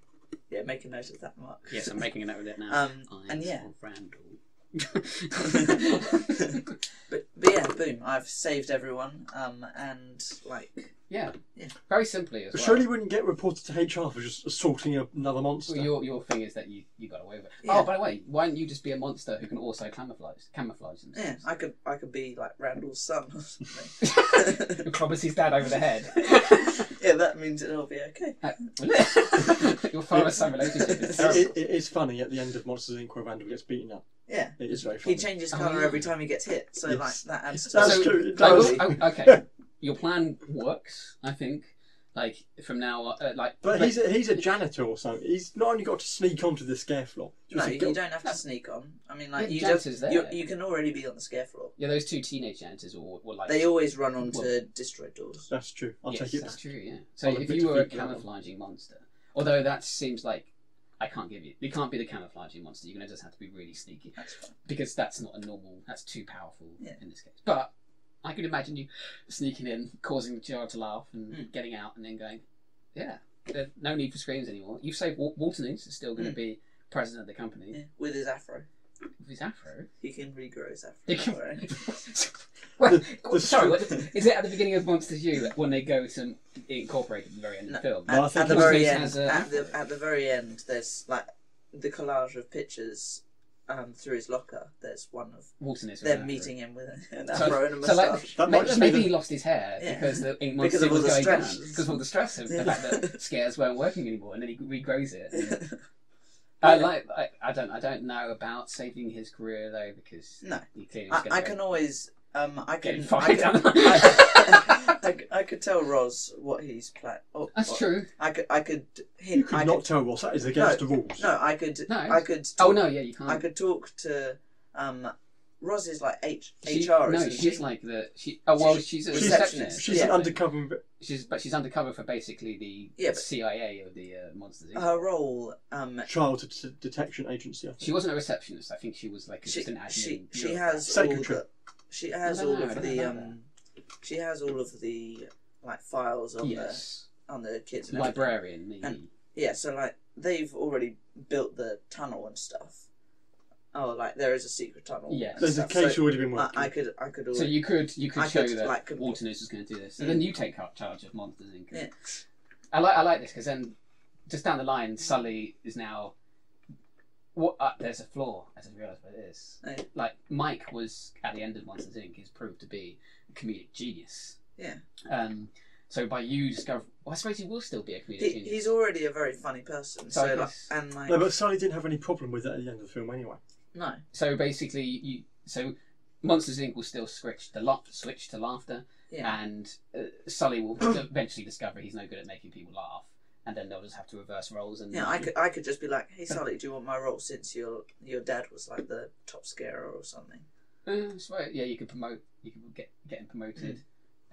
B: yeah, make a note of that, Mark.
A: yes, I'm making a note of it now.
B: Um, and yeah,
A: Randall.
B: but but yeah, boom! I've saved everyone. Um, and like,
A: yeah.
B: Yeah.
A: Very simply as
C: But
A: well.
C: surely you wouldn't get reported to HR for just assaulting another monster.
A: Well, your, your thing is that you, you got away with it.
B: Yeah.
A: Oh, by the way, why don't you just be a monster who can also camouflage camouflage
B: yeah,
A: themselves?
B: I could I could be like Randall's son or something.
A: Who clobbers his dad over the head.
B: yeah, that means it'll be okay.
A: Will it? your father son relationship is
C: It-
A: terrible.
C: it- it is funny at the end of Monsters Inc. where Randall gets beaten up.
B: Yeah.
C: It is very funny.
B: He changes
A: Oh,
B: colour
A: yeah.
B: every time he gets hit, so
C: Yes.
B: like that adds to
C: That's
B: it.
A: So-
C: true. It
A: I
C: does.
A: will- oh, okay, your plan works. I think. Like from now, on, uh, like
C: But he's a, he's a janitor or something. He's not only got to sneak onto the scare floor. he's
B: No,
C: also
B: you
C: got-
B: don't have to sneak on. I mean, like
A: Yeah,
B: you
A: Janice
B: just
A: is there.
B: you, you can already be on the scare floor.
A: yeah, those two teenage janitors were, were like
B: They always run onto
A: Well-
B: destroyed doors.
C: That's true. I'll
A: yes,
C: take it.
A: That's
C: back.
A: true. Yeah. So
C: I'll
A: if
C: admit
A: you
C: to
A: were a
C: thinking that one.
A: camouflaging monster, although that seems like I can't give you. You can't be the camouflaging monster. You're gonna just have to be really sneaky
B: That's fine.
A: because that's not a normal. That's too powerful
B: Yeah.
A: in this case. But I could imagine you sneaking in, causing the child to laugh, and
B: Mm.
A: getting out, and then going, "Yeah, there's no need for screams anymore." You say Wal- Walton East is still going to
B: Mm.
A: be president of the company
B: Yeah. With his afro,
A: with his afro.
B: he can regrow his afro.
A: They can-
B: Don't worry.
A: well,
C: the
A: sorry, what,
C: script-
A: is it at the beginning of Monsters U when they go to incorporate at the very end of the film?
C: No, I
B: at,
C: think
B: at the
C: he
B: very
A: just
B: end,
A: has a
B: at the
A: afro.
B: at the very end, there's like the collage of pictures um, through his locker. There's one of
A: Walton is with an
B: them
A: afro.
B: meeting him with an- an
A: So-
B: afro and a
A: so, like,
B: moustache.
C: That might
A: Maybe,
C: just be
A: maybe
C: the,
A: he lost his hair
B: Yeah.
A: because the ink
B: Because
A: monster
B: of all
A: was
B: the
A: going
B: stress.
A: down because of all the stress of
B: Yeah.
A: the fact that scares weren't working anymore, and then he regrows it. I
B: Yeah.
A: like. I, I don't. I don't know about saving his career though because
B: No.
A: he clearly was
B: I,
A: going
B: I
A: to
B: can always. Um, I
A: get
B: can. I
A: fired
B: can
A: down.
B: I, c- I could tell Roz what he's playing. Oh,
A: That's
B: oh,
A: true.
B: I could, I could hint.
C: you could
B: I
C: not
B: could,
C: tell Ross. That is against the rules.
B: no, I could,
A: No.
B: I could. Talk,
A: Oh no, yeah, you can't.
B: I could talk to. Um, Roz is like H,
A: She-
B: HR.
A: no,
B: isn't
A: she's
B: she?
A: like the. She, oh well,
B: She's-
A: she's a
C: she's-
A: receptionist.
C: She's an
B: Yeah.
C: undercover. inve-
A: She's but she's undercover for basically the
B: Yeah, but-
A: CIA of the uh, monsters. Inc.
B: her role. Um,
C: Child Det- Detection Agency. I think.
A: she wasn't a receptionist. I think she was like
B: she
A: just an admin.
B: she, she
A: bureaucrat.
B: has all
C: Secretary.
B: the, she has
A: I don't
B: all
A: know, I
B: of
A: don't
B: the
A: know
B: um, she has all of the like files on
A: yes,
B: the on the kids and everything.
A: librarian. The,
B: And- Yeah, so like they've already built the tunnel and stuff. Oh, like there is a secret tunnel.
A: Yeah.
B: and
C: There's a
B: stuff,
C: case
B: so
C: already been
B: I,
C: working.
B: I could, I could.
A: so
B: Already,
A: you could you could
B: I
A: should,
B: could,
A: that
B: like, could-
A: Walton is just going to do this,
B: Mm.
A: and then you take up charge of monsters Inc.
B: Yeah.
A: I like I like this because then just down the line, Sully is now. What uh, there's a flaw as I realise what it is.
B: Yeah.
A: Like Mike was at the end of Monsters Inc. is proved to be a comedic genius.
B: Yeah.
A: Um. So by you discover, well, I suppose he will still be a comedic
B: he,
A: genius.
B: he's already a very funny person.
A: So I
B: So like,
A: guess-
B: and like
C: No, but Sally didn't have any problem with that at the end of the film anyway.
B: no,
A: So basically, you so Monsters Inc. will still switch to la- switch to laughter,
B: yeah,
A: and uh, Sully will eventually discover he's no good at making people laugh, and then they'll just have to reverse roles. And
B: yeah. I could, I could just be like, hey Sully, do you want my role since your your dad was like the top scarer or something? Mm.
A: Uh, so, yeah, you could promote. You could get get him promoted.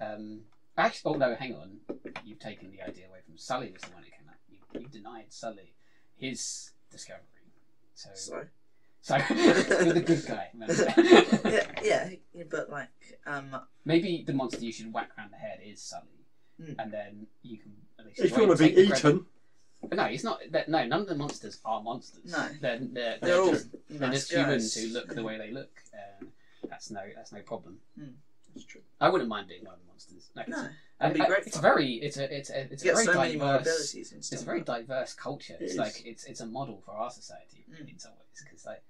B: Mm.
A: Um, actually, oh no, hang on. You've taken the idea away from Sully. Was the one who came up. You, you denied Sully his discovery. So so,
B: So
A: you're the good guy. remember?
B: yeah, yeah. he- But like, um,
A: Maybe the monster you should whack round the head is Sully,
B: Mm.
A: and then you can at least.
C: If
A: join-
C: you want to
A: take
C: be
A: the credit.
C: eaten,
A: no, it's not. That, no, none of the monsters are monsters.
B: No.
A: they're they're,
B: they're all
A: just, they're
B: nice
A: just humans
B: guys.
A: who look the way they look. Uh, that's no, that's no problem.
B: That's true.
A: I wouldn't mind being one of the monsters. Like,
B: No,
A: it's-
B: that'd be
A: I- I-
B: great
A: It's
B: fun.
A: very, it's a, it's a, it's
B: you
A: a
B: get
A: very
B: so many more
A: diverse.
B: abilities and stuff.
A: It's a very diverse culture.
C: It
A: It's
C: is.
A: like it's it's a model for our society
B: Mm.
A: in some ways because like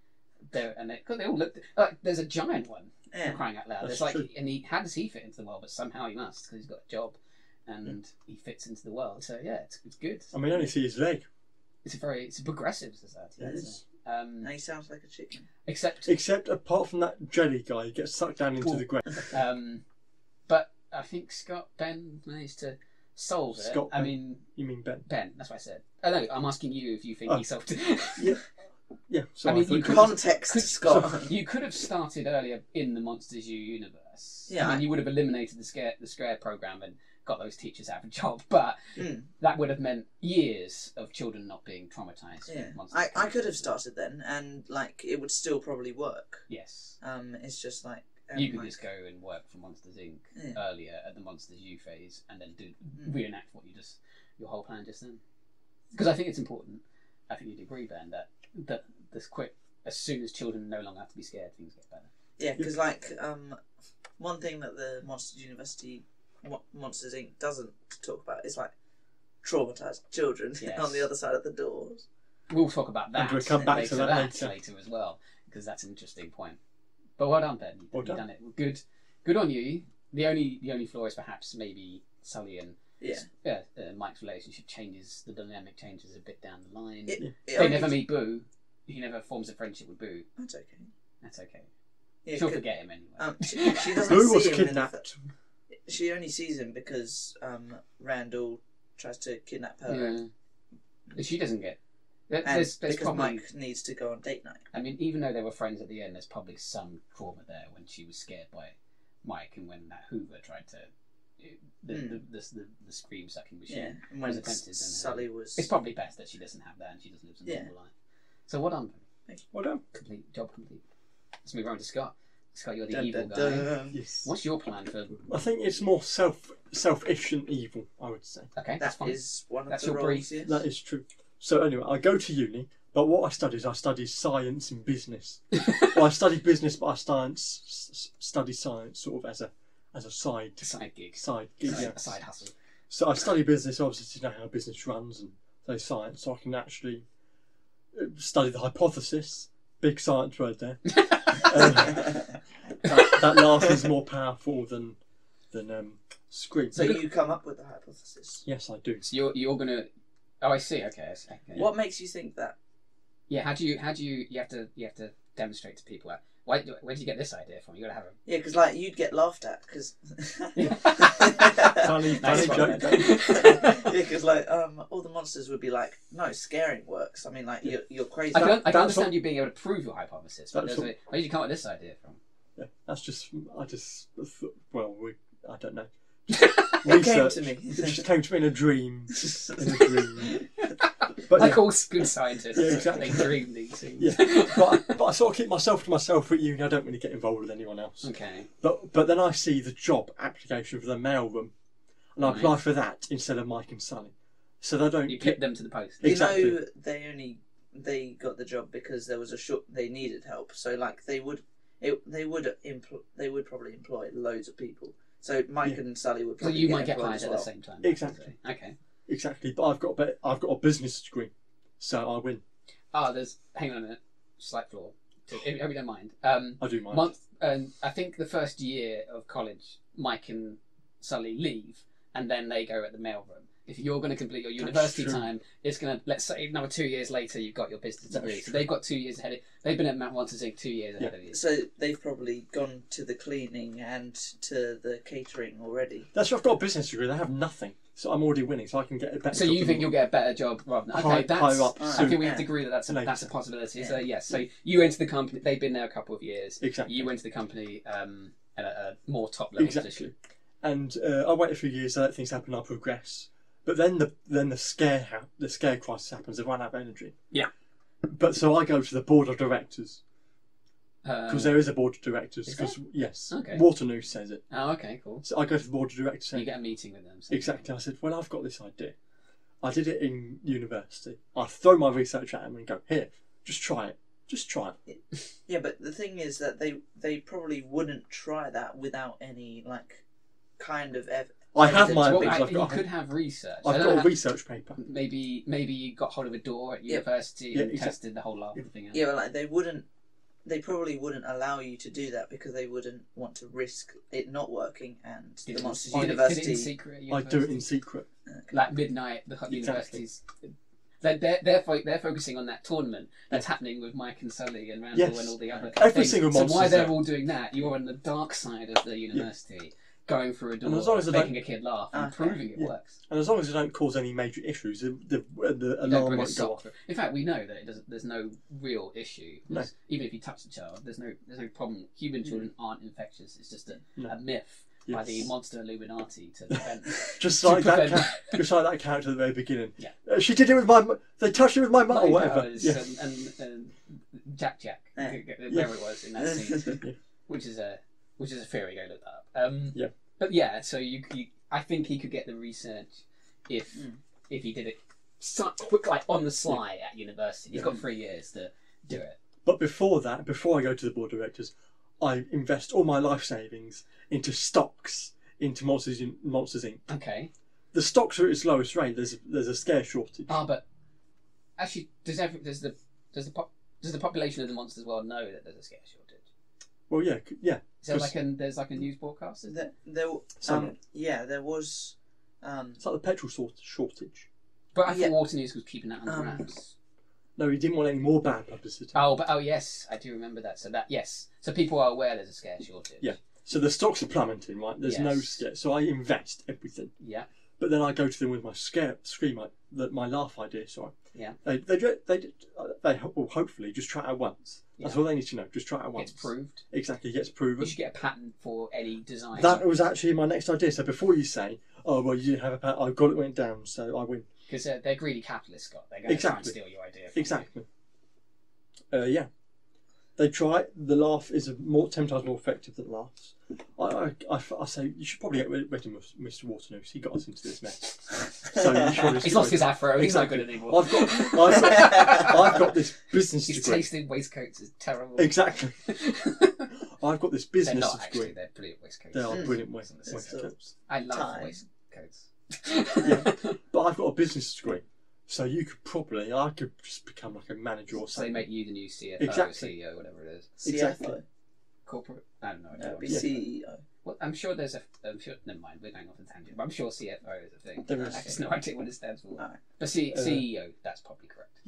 A: they're and they, cause they all look like there's a giant one for
B: yeah.
A: crying out loud.
C: That's
A: It's like,
C: true.
A: and he, how does he fit into the world? But somehow he must because he's got a job,
B: Mm.
A: and he fits into the world. So yeah, it's, it's good.
B: Um,
C: I mean, only see his leg.
A: It's a very, it's a progressive society.
C: It
A: isn't
C: is.
A: it? Um,
B: And he sounds like a chicken.
A: except,
C: Except apart from that jelly guy who gets sucked down into
A: Ooh.
C: the ground.
A: um, but I think Scott Ben managed to solve it.
C: Scott
A: I
C: Ben.
A: mean
C: You mean Ben?
A: Ben. That's what I said. Oh no, I'm asking you if you think he
C: Oh.
A: solved it.
C: Yeah. So
A: I
C: I,
A: mean,
C: thought
A: you
C: you
A: can't-
B: Context,
A: Could-
B: Scott.
A: You could have started earlier in the Monsters U universe.
B: Yeah,
A: And
B: I-
A: you would have eliminated the scare the scare program and got those teachers out of a job, but
B: Mm.
A: that would have meant years of children not being traumatized. with
B: Yeah,
A: Monsters
B: I, I
A: Inc.
B: could have started then, and like it would still probably work.
A: Yes.
B: Um, it's just like um,
A: You could
B: like-
A: just go uh, and work for Monsters Inc.
B: Yeah.
A: earlier at the Monsters U phase and then do
B: Mm.
A: reenact what you just your whole plan just then. Because I think it's important. I think you'd agree, Ben, that that this quick as soon as children no longer have to be scared, things get better.
B: Yeah, because like um, one thing that the Monsters University, Mo- Monsters Inc. doesn't talk about is like traumatized children
A: Yes.
B: on the other side of the doors.
A: We'll talk about that.
C: And we'll come back
A: later,
C: to that
A: that
C: later.
A: later as well, because that's an interesting point. But well done, Ben.
C: Well
A: You've
C: done.
A: done it. Good, good on you. The only the only flaw is perhaps maybe Sully and
B: Yeah,
A: yeah, uh, Mike's relationship changes. The dynamic changes a bit down the line.
B: it, it
A: they
B: only-
A: never meet Boo. He never forms a friendship with Boo.
B: That's okay.
A: That's okay.
B: Yeah,
A: She'll
B: 'cause,
A: forget him anyway.
B: um, she, she doesn't
C: Who
B: see
C: was
B: him in the
C: kidnapped?
B: fir- she only sees him because um, Randall tries to kidnap her,
A: yeah. But She doesn't get. There,
B: and
A: there's there's
B: because
A: probably.
B: Mike needs to go on date night.
A: I mean, even though they were friends at the end, there's probably some trauma there when she was scared by Mike and when that Hoover tried to. The,
B: Hmm.
A: the, the, the, the scream sucking machine.
B: Yeah, and when
A: was attempted and, uh,
B: Sully was
A: It's probably best that she doesn't have that and she just lives a
B: Yeah.
A: normal life. So what on
C: Well done.
A: complete job complete. Let's move on to Scott. Scott, you're the
B: Dun,
A: evil
B: dun,
A: guy.
B: dun.
C: Yes.
A: What's your plan for?
C: I think it's more self selfish than evil. I would say.
A: Okay, that's
B: That
A: fine.
B: is one of
A: That's
B: the
A: your
B: roles.
A: brief.
B: Yes.
C: That is true. So anyway, I go to uni, but what I study is I study science and business. well, I study business, but I science, s- study science sort of as a as a side
A: side gig,
C: side gig.
A: side,
C: yeah.
A: side hustle.
C: So I study business, obviously, to know how business runs and so science, so I can actually uh, study the hypothesis. Big science word there. Um, that, that last is more powerful than than um, scream.
B: So you come up with the hypothesis.
C: yes, I do.
A: So you're you're gonna. Oh, I see. Okay. I see. okay.
B: What makes you think that?
A: Yeah. How do you how do you you have to you have to demonstrate to people like why do- where did you get this idea from? You gotta have a
B: Yeah, because like you'd get laughed at because. yeah,
C: Funny,
A: Nice
C: funny
A: one,
C: joke.
A: Ben.
B: because like um, all the monsters would be like, no, scaring works. I mean, like you're you're crazy.
A: I can, I
C: that's
A: can
C: what-
A: understand you being able to prove your hypothesis, but
C: That's
A: there's a, where did you come up with this idea from?
C: Yeah, that's just I just thought, well, we, I don't know.
B: it came to
C: It
B: me.
C: just came to me in a dream. In a dream. But
A: like
C: yeah,
A: all good scientists,
C: Yeah, exactly.
A: they dream these things.
C: yeah. But, I- but I sort of keep myself to myself at uni. I don't really get involved with anyone else.
A: Okay.
C: But but then I see the job application for the mailroom, and I
A: Right.
C: apply for that instead of Mike and Sally, so they don't
A: You
C: get.
A: clip them to the post.
B: you
C: exactly.
B: know, they only they got the job because there was a short. They needed help, so like they would. It, they would empl- they would probably employ loads of people. So Mike
C: Yeah.
B: and Sally would
A: So
B: probably
A: you
B: get
A: might get
B: employed
A: hired
B: as
A: at
B: well.
A: the same time.
C: Exactly.
A: Okay.
C: Exactly, but I've got a bit, I've got a business degree, so I win.
A: Oh, there's. Hang on a minute. Slight flaw. If, if you don't mind. Um,
C: I do mind.
A: month and um, I think the first year of college, Mike and Sully leave, and then they go at the mailroom. If you're going to complete your university
C: true.
A: time, it's going to let's say another two years later you've got your business
C: That's
A: degree. So
C: true.
A: they've got two years ahead. Of, they've been at Mount Monsters Inc. two years ahead of you.
B: So they've probably gone to the cleaning and to the catering already.
C: That's I've got a business degree. They have nothing, so I'm already winning. So I can get a better.
A: So
C: job
A: you
C: than
A: think
C: them.
A: you'll get a better job rather than okay?
C: higher,
A: that's
C: higher up
B: I
A: I
C: soon.
A: think we have
B: Yeah.
A: to agree that that's a,
C: Later.
A: that's a possibility. So
B: Yeah.
A: yes, so you enter the company. They've been there a couple of years.
C: Exactly.
A: You enter the company um, at a, a more top level
C: Exactly.
A: position.
C: And uh, I wait a few years. I let things happen. I progress. But then the then the scare ha- the scare crisis happens. They run out of energy.
A: Yeah.
C: But so I go to the board of directors because
A: Uh,
C: there is a board of directors.
A: Is
C: 'cause- yes,
A: Okay.
C: Waterloo says it.
A: oh, okay, cool.
C: So I go to the board of directors.
A: You
C: and
A: get a meeting with them. So
C: Exactly. I said, well, I've got this idea. I did it in university. I throw my research at them and go, here, just try it. Just try it.
B: Yeah, but the thing is that they they probably wouldn't try that without any like kind of ev-
C: I have
B: Evidence.
C: my
A: Well,
C: things.
A: I,
C: I've
A: you
C: got,
A: could have research. I
C: I've
A: don't
C: got
A: know
C: a research paper.
A: how- maybe maybe you got hold of a door at
B: Yeah.
A: university
C: Yeah,
A: and
C: exact-
A: tested the whole laughter thing out.
B: yeah, but, like they wouldn't they probably wouldn't allow you to do that because they wouldn't want to risk it not working and
A: Did
B: the
A: it-
B: Monsters
A: did it- did it in
B: University.
A: secret at
C: I do it
A: university?
C: in secret.
A: like midnight. The
C: Exactly.
A: universities. They're, they're, they're, fo- they're focusing on that tournament that's happening with Mike and Sully and Randall
C: Yes.
A: and all the other
C: Every
A: things.
C: single
A: So
C: monster's
A: why they're
C: there.
A: all doing that? You're on the dark side of the university, going through a door,
C: And as long as I
A: making a kid laugh, and
B: Okay.
A: proving it
C: Yeah.
A: works.
C: And as long as they don't cause any major issues, the the, the alarm
A: bring a
C: won't go
A: sock.
C: off.
A: In fact, we know that it doesn't, there's no real issue.
C: No. Mm.
A: It's- Even if you touch the child, there's no there's no problem. Human children aren't infectious. It's just a,
C: No.
A: a myth by
C: Yes.
A: the monster Illuminati to prevent.
C: Just
A: to
C: like that,
A: prevent
C: ca- just like that character at the very beginning.
A: Yeah.
C: Uh, she did it with my. mu- They touched it with my mum or
A: Murray
C: whatever.
A: Powers
C: Yeah.
A: and, um, and, and Jack Jack,
B: Yeah.
A: g- g- where
C: Yeah.
A: it was in that scene, which is a which is a theory. Go look that up. Um,
C: Yeah.
A: But yeah, so you, you, I think he could get the research if
B: Mm.
A: if he did it so quick, like on the sly at university. He's
C: Yeah.
A: got three years to do it.
C: But before that, before I go to the board of directors, I invest all my life savings into stocks into Monsters in, Monsters Inc.
A: Okay.
C: The stocks are at its lowest rate. There's there's a scare shortage.
A: Ah, but actually, does every does the does the pop, does the population of the monsters world know that there's a scare shortage?
C: Well, yeah, c- yeah.
A: Is there
C: 'Cause-
A: like an there's like a news broadcast? Is there?
B: There, there, um,
C: Somewhere.
B: yeah, there was. Um,
C: It's like the petrol sort shortage.
A: But I thought
B: Yeah.
A: Water News was keeping that under
B: Um,
A: wraps.
C: No, he didn't want any more bad publicity.
A: Oh, but oh yes, I do remember that. So that yes, so people are aware there's a scare shortage.
C: Yeah. So the stocks are plummeting, right? There's no
A: Yes.
C: scare. So I invest everything.
A: yeah.
C: But then I go to them with my scare, scream, my, the, my laugh idea. Sorry.
A: Yeah.
C: They they ju- they ju- they ho- well, hopefully just try it out once. That's
A: Yeah.
C: all they need to know. Just try it out once.
A: It's proved.
C: Exactly. Gets
A: You
C: proven.
A: should get a patent for any design.
C: That was actually my next idea. So before you say, "Oh well, you didn't have a pat," I got it went down, so I win.
A: because uh, they're, they're greedy capitalists, Scott. They're going to
C: Exactly.
A: try and steal your idea. From
C: Exactly. Uh, yeah. They try. The laugh is a more ten times more effective than laughs. I, I, I f- I say you should probably get rid rid of Mus- Mr. Waternoose. He got us into this mess. So you should
A: You. He's lost his afro. He's not
C: Exactly.
A: good anymore.
C: I've got, I've got, I've got this business
A: His
C: degree.
A: taste in waistcoats is terrible.
C: Exactly. I've got this
A: they're
C: business
A: not actually.
C: degree.
A: They're brilliant waistcoats.
C: They are
B: Mm.
C: brilliant wa-
A: It's
C: waistcoats.
A: I love
B: Time.
A: waistcoats.
C: But I've got a business degree, so you could probably, I could just become like a manager or
A: so they
C: something.
A: make you the new CFO,
C: Exactly.
A: CEO, E whatever it is.
C: Exactly.
B: CFO.
A: Corporate. I don't know. I
B: No,
A: don't
B: it'd be
A: know.
B: CEO.
A: Well, I'm sure there's a. I'm sure, never mind. We're going off on a tangent. But I'm sure CFO is a thing.
C: There
A: I
C: is.
A: just no idea what it stands for.
B: Alright.
A: But C-
C: Uh,
A: CEO, that's probably correct.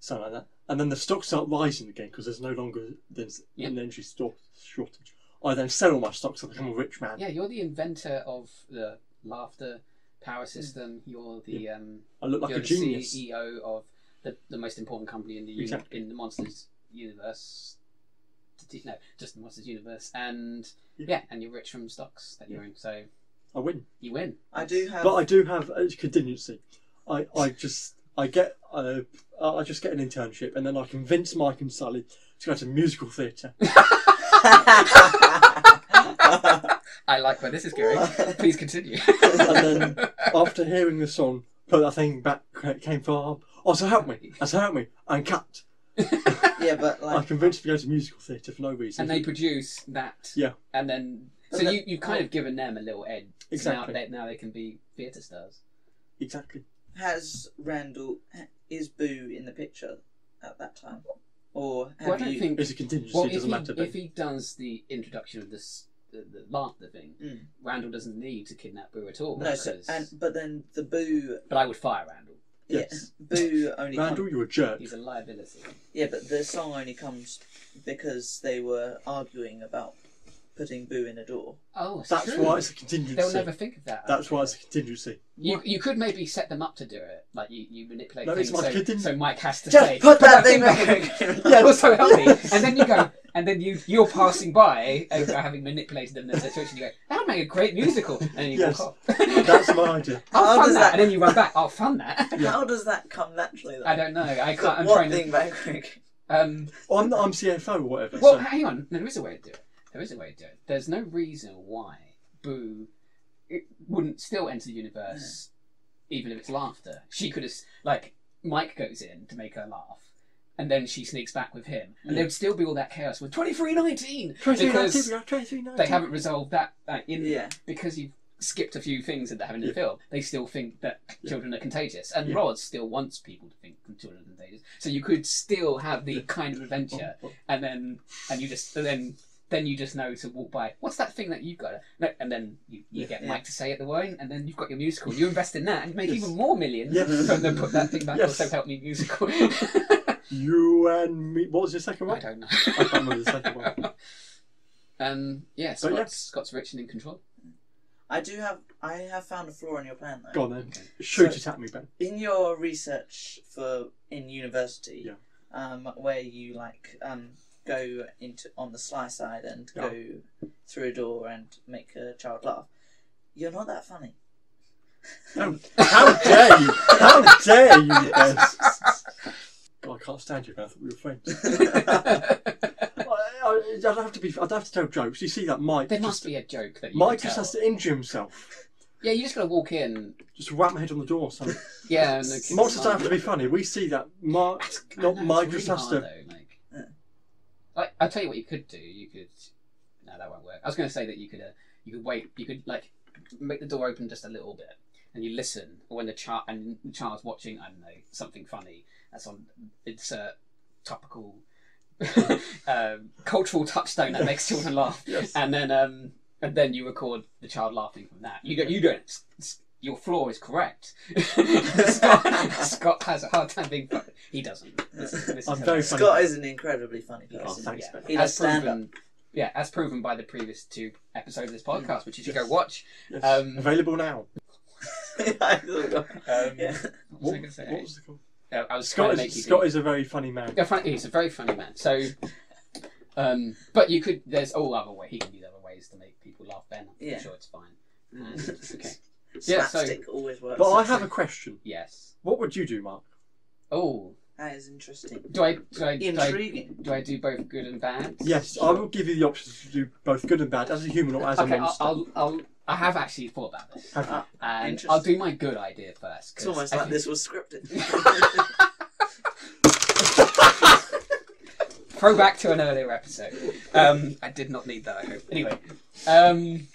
C: something like that. And then the stocks start rising again because there's no longer there's
A: Yeah.
C: an energy store shortage. I then sell all my stocks and become a rich man.
A: Yeah, you're the inventor of the laughter
C: Hmm.
A: power system. You're the um,
C: I look like
A: you're
C: a
A: the E
C: genius.
A: CEO of the, the most important company in the uni-
C: Exactly.
A: in the monsters universe. No, just the monsters universe, and yeah,
C: Yeah.
A: and you're rich from stocks that you
C: Yeah.
A: own, so
C: I win.
A: you win.
B: I do have.
C: But I do have a contingency. I, I just I get uh, I just get an internship and then I convince Mike and Sally to go to musical theatre.
A: I like where this is going. Please continue.
C: And then after hearing the song, put that thing back came for oh so help me, oh, so help me, and cut.
B: yeah, but
C: I
B: like.
C: convinced them to go to musical theatre for no reason.
A: and they produce that.
C: Yeah.
A: And then, so
B: And then-
A: you you've kind of given them a little edge.
C: Exactly.
A: So now they, now they can be theatre stars.
C: exactly.
B: has Randall is Boo in the picture at that time, or have
A: Well, I don't
B: you?
A: think.
C: It's a contingency,
A: Well,
C: it
A: if
C: doesn't
A: he,
C: matter. but-
A: if he does the introduction of this the, the laughter thing,
B: Mm.
A: Randall doesn't need to kidnap Boo at all.
B: no, so
A: because-
B: and but then the Boo,
A: but I would fire Randall.
C: Yes.
B: yeah, Boo only. com-
C: Randall, you're a jerk.
A: He's a liability.
B: yeah, but the song only comes because they were arguing about putting Boo in a door.
A: Oh, it's
C: That's
A: true.
C: why it's a contingency.
A: They'll never think of that.
C: That's why it's a contingency.
A: You, you could maybe set them up to do it, like you, you manipulate
C: No, it's
A: things.
C: my
A: So,
C: kid-
A: so Mike has to
B: Just
A: say,
B: put that thing
A: back.
B: back."
A: yeah, also help me. And then you go, and then you you're passing by over having manipulated them in their situation. You go, that would make a great musical, and then you
C: Yes.
A: walk off.
C: That's my idea.
A: I'll
B: How
A: fund
B: does
A: that.
B: that-
A: and then you run back. I'll fund that.
B: How does that come naturally? Though?
A: I don't know. I
B: Put
A: can't. I'm
B: one
A: trying
B: thing
A: to.
B: back. Rick.
A: Um,
C: Well, I'm, I'm CFO or whatever.
A: Well,
C: so
A: hang on. No, there is a way to do it. There is a way to do it. There's no reason why Boo it wouldn't still enter the universe, even if it's laughter. She could have, like, Mike goes in to make her laugh, and then she sneaks back with him, and there would still be all that chaos with 2319 because they haven't resolved that uh, in
B: Yeah.
A: because you've skipped a few things that happen in the film. They still think that children are contagious, and
C: Yeah.
A: Rod still wants people to think children are contagious. So you could still have the kind of adventure
C: Oh,
A: and then and you just and then then you just know to walk by. What's that thing that you've got? No, and then you, you get
B: Yeah.
A: Mike to say at the wine, and then you've got your musical. You invest in that and make
C: Yes.
A: even more millions.
C: Yes.
A: From the put that thing back.
C: Yes.
A: Also help me musical.
C: You and me. What was your second
A: I
C: one?
A: don't know.
C: I can't remember the second one.
A: Um, yeah,
C: But
A: Scott's,
C: yeah.
A: Scott's rich and in control.
B: I do have. I have found a flaw in your plan though.
C: Go on then.
A: Okay.
C: Shoot
B: So-
C: it at me, Ben.
B: in your research for in university,
C: Yeah.
B: um, where you like um, go into on the sly side and
C: Yeah.
B: go through a door and make a child laugh, you're not that funny.
C: No. How dare you? How dare you, Ben? God, I can't stand you, Ben. I thought we were friends. I, I, I'd have to be. I'd have to tell jokes. You see that Mike?
A: there
C: just,
A: must be a joke that you
C: Mike
A: can
C: just
A: tell.
C: has to injure himself.
A: Yeah, you just gotta walk in.
C: Just whap my head on the door or something.
A: Yeah, and the kids
C: Monsters don't
A: are
C: have to be funny. We see that Mark,
A: like,
C: not
A: "No,
C: Mike,
A: it's
C: just
A: really hard
C: has to.
A: though, like-
B: Yeah.
A: Like, I'll tell you what you could do. You could. No, that won't work. I was going to say that you could. Uh, you could wait. You could like make the door open just a little bit, and you listen. Or when the child and the child's watching, I don't know something funny that's on insert topical um, cultural touchstone that makes children laugh,
C: Yes.
A: and then um, and then you record the child laughing from that. You don't. You don't. s- s- Your flaw is correct. Scott, Scott has a hard time being. fu- He doesn't. This is, this
C: I'm
A: is
C: very
A: hilarious.
C: funny.
B: Scott is an incredibly funny
C: Oh,
B: person.
C: thanks,
A: Yeah.
C: Ben.
B: He does
A: As
B: stand up.
A: proven, yeah, as proven by the previous two episodes of this podcast, which you should
C: Hmm. Yes.
A: go watch.
C: Yes.
A: Um,
C: Available now.
B: I thought-
A: Um,
B: yeah.
A: what was
C: What,
A: I gonna say?
C: what was the call?
A: Uh, I was
C: Scott
A: trying to make you
C: is, Scott is a very funny man.
A: think- Yeah, fun- he's a very funny man. So, um, but you could. There's all other way. He can use other ways to make people laugh. Ben, I'm
B: Yeah.
A: sure it's fine. And- okay. Yeah, so-
B: Slapstick always works.
C: But I have a question.
A: Yes.
C: What would you do, Mark?
A: Oh,
B: That is interesting.
A: do I do I, do I
B: Intriguing.
A: do I do both good and bad?
C: Yes, I will give you the options to do both good and bad, as a human or as
A: okay,
C: a
A: I'll,
C: monster.
A: I'll, I'll I have actually thought about this,
C: Have you?
B: Ah,
A: and
B: Interesting.
A: I'll do my good idea first.
B: It's
A: 'cause
B: almost
A: I
B: like
A: think-
B: this was scripted.
A: Throwback to an earlier episode. Um, I did not need that. I hope. Anyway, um,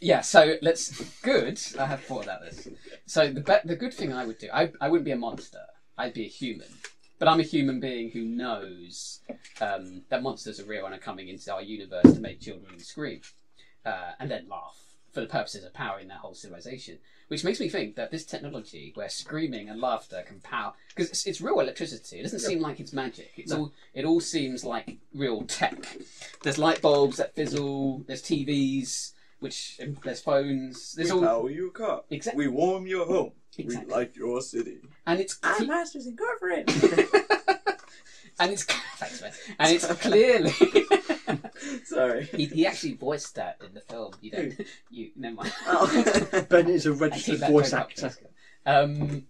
A: yeah. So let's good. I have thought about this. So the be- the good thing I would do, I I wouldn't be a monster. I'd be a human. But I'm a human being who knows um, that monsters are real and are coming into our universe to make children scream uh, and then laugh for the purposes of powering their whole civilization. Which makes me think that this technology, where screaming and laughter can power, because it's, it's real electricity. It doesn't seem like it's magic. It's all it all seems like real tech. There's light bulbs that fizzle. There's TVs, which there's phones. There's all
D: power your car.
A: exactly,
D: We warm your home.
A: Exactly.
D: We light your city.
A: and it's
B: I'm
A: cle-
B: Masters Incorporated.
A: and it's thanks, man. and it's clearly
B: Sorry.
A: he, he actually voiced that in the film. You don't you never mind.
B: Oh.
C: Ben is a
A: I keep
C: registered
A: that
C: voice
A: joke up,
C: actor.
A: Jessica. Um,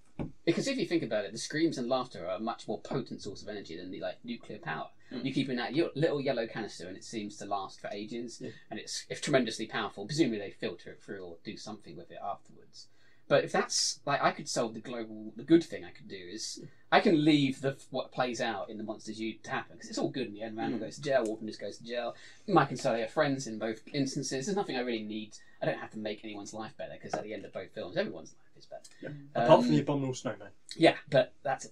A: because if you think about it, the screams and laughter are a much more potent source of energy than the like nuclear power.
D: Mm.
A: You keep in that ye- little yellow canister, and it seems to last for ages,
C: Yeah.
A: and it's, it's tremendously powerful. Presumably, they filter it through or do something with it afterwards. But if that's like, I could solve the global. The good thing I could do is I can leave the what plays out in the monsters you to happen because it's all good in the end. Randall
D: Mm.
A: goes to jail. Walton just goes to jail. Mike and Sally are friends in both instances. There's nothing I really need I don't have to make anyone's life better because at the end of both films, everyone's life is better.
C: Yeah.
A: Um,
C: Apart from the abominable snowman.
A: yeah, but that's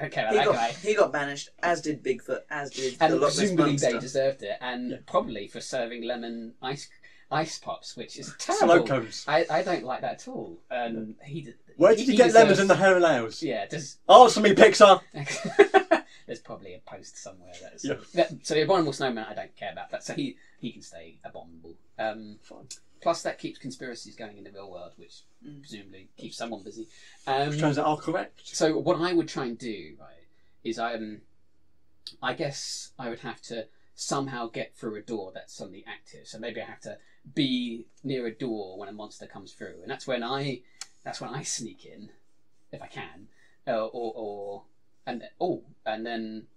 A: okay. Well,
B: He
A: that
B: got,
A: guy,
B: he got banished, as did Bigfoot, as did the
A: and
B: Loch Ness
A: presumably
B: Monster.
A: they deserved it, and
C: Yeah.
A: probably for serving lemon ice ice pops, which is
C: Slow
A: terrible. I, I don't like that at all. Um, he did.
C: Where did you get lemons in the hair layers?
A: Yeah, just
C: Answer me, Pixar!
A: there's probably a post somewhere that's
C: Yeah.
A: that- so the abominable snowman I don't care about that. So he he can stay abominable. Um,
C: Fine.
A: plus that keeps conspiracies going in the real world, which
B: Mm.
A: presumably keeps someone busy. Um,
C: Which turns out are correct.
A: So what I would try and do, right, is I um, I guess I would have to somehow get through a door that's suddenly active. So maybe I have to be near a door when a monster comes through, and that's when I that's when I sneak in, if I can, uh, or or and oh, and then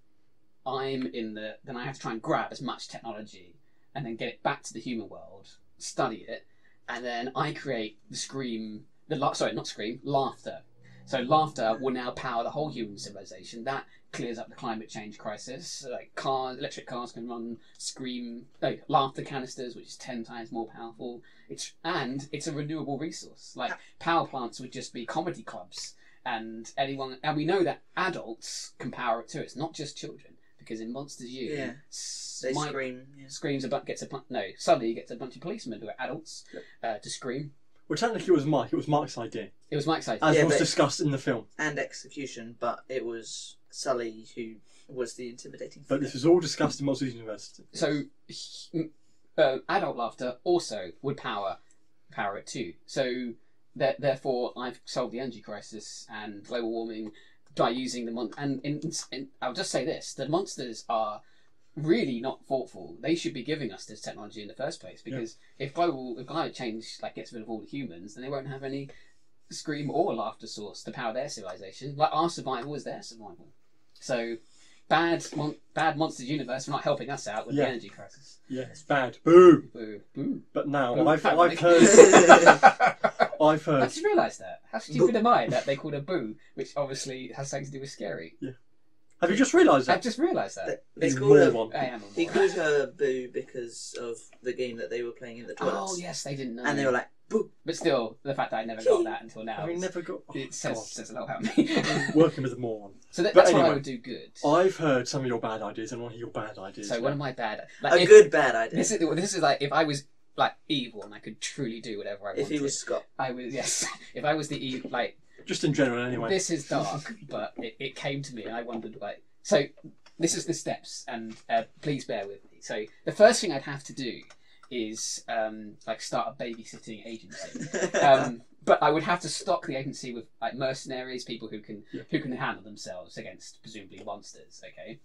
A: I'm in the then I have to try and grab as much technology and then get it back to the human world, study it, and then I create the scream, the la- sorry, not scream, laughter. So laughter will now power the whole human civilization. That clears up the climate change crisis. Like cars, electric cars can run scream, like laughter canisters, which is ten times more powerful. It's and it's a renewable resource. Like power plants would just be comedy clubs, and anyone and we know that adults can power it too. It's not just children because in Monsters U,
B: Yeah.
A: s-
B: They
A: Mike
B: scream. Yes.
A: screams a bu- gets a bu- no suddenly he gets a bunch of policemen who are adults uh, to scream
C: Well, technically, it was Mike. It was Mike's idea,
A: It was Mike's idea.
C: as
B: Yeah,
C: was
B: but-
C: discussed in the film.
B: and execution, but it was Sully who was the intimidating
C: But this was all discussed in Mosley's University.
A: So, h- uh, adult laughter also would power power it too. So, there therefore, I've solved the energy crisis and global warming by using the mon. And in, in, I'll just say this: the monsters are really not thoughtful. They should be giving us this technology in the first place because if global if climate change like gets rid of all the humans, then they won't have any scream or laughter source to power their civilization. Like our survival is their survival. So. Bad, mon- bad monsters universe for not helping us out with
C: Yeah.
A: the energy crisis.
C: Yeah, it's bad. Boo!
A: Boo, boo.
C: But now
A: Boo.
C: I've,
A: Fuck,
C: I've
A: Nick.
C: heard, I've
A: I
C: heard,
A: just realised that. How stupid am I that they called her Boo, which obviously has something to do with scary.
C: have you just realised
A: I've
C: that?
A: just realised that.
B: They,
C: You
B: called her,
C: moron.
A: I am. a
B: they
A: moron.
B: called her Boo because of the game that they were playing in the toilets.
A: Oh yes, they didn't know.
B: And they were like, Boo!
A: but still, the fact that I never got that until now,
C: Have you
A: is-
C: never got? Oh,
A: it says,
C: God.
A: says a lot about me.
C: Working with a moron.
A: so that,
C: But
A: that's what I
C: anyway.
A: would do good.
C: I've heard some of your bad ideas and one of your bad ideas.
A: So one of my bad.
B: A
A: Like, if,
B: good bad idea.
A: This is this is like if I was like evil and I could truly do whatever I
B: if
A: wanted.
B: he was Scott.
A: I was yes. If I was the evil, like
C: Just in general, anyway.
A: this is dark, but it, it came to me, and I wondered like so. This is the steps, and uh, please bear with me. So the first thing I'd have to do is um, like start a babysitting agency, um, but I would have to stock the agency with like mercenaries, people who can
C: Yeah.
A: who can handle themselves against presumably monsters. Okay,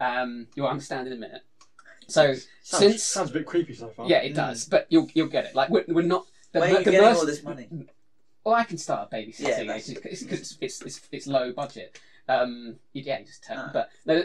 A: um, you'll understand in a minute. So
C: sounds,
A: since-
C: sounds a bit creepy so far.
A: yeah, it
B: Mm.
A: does, but you'll you'll get it. Like we're, we're not. The,
B: Where are
A: the
B: you getting
A: merc-
B: all this money?
A: well, I can start a babysitting
B: Yeah,
A: yeah,
B: that's-
A: because it's, it's, it's it's low budget. Um, you- yeah, you just turn.
B: Ah.
A: But no,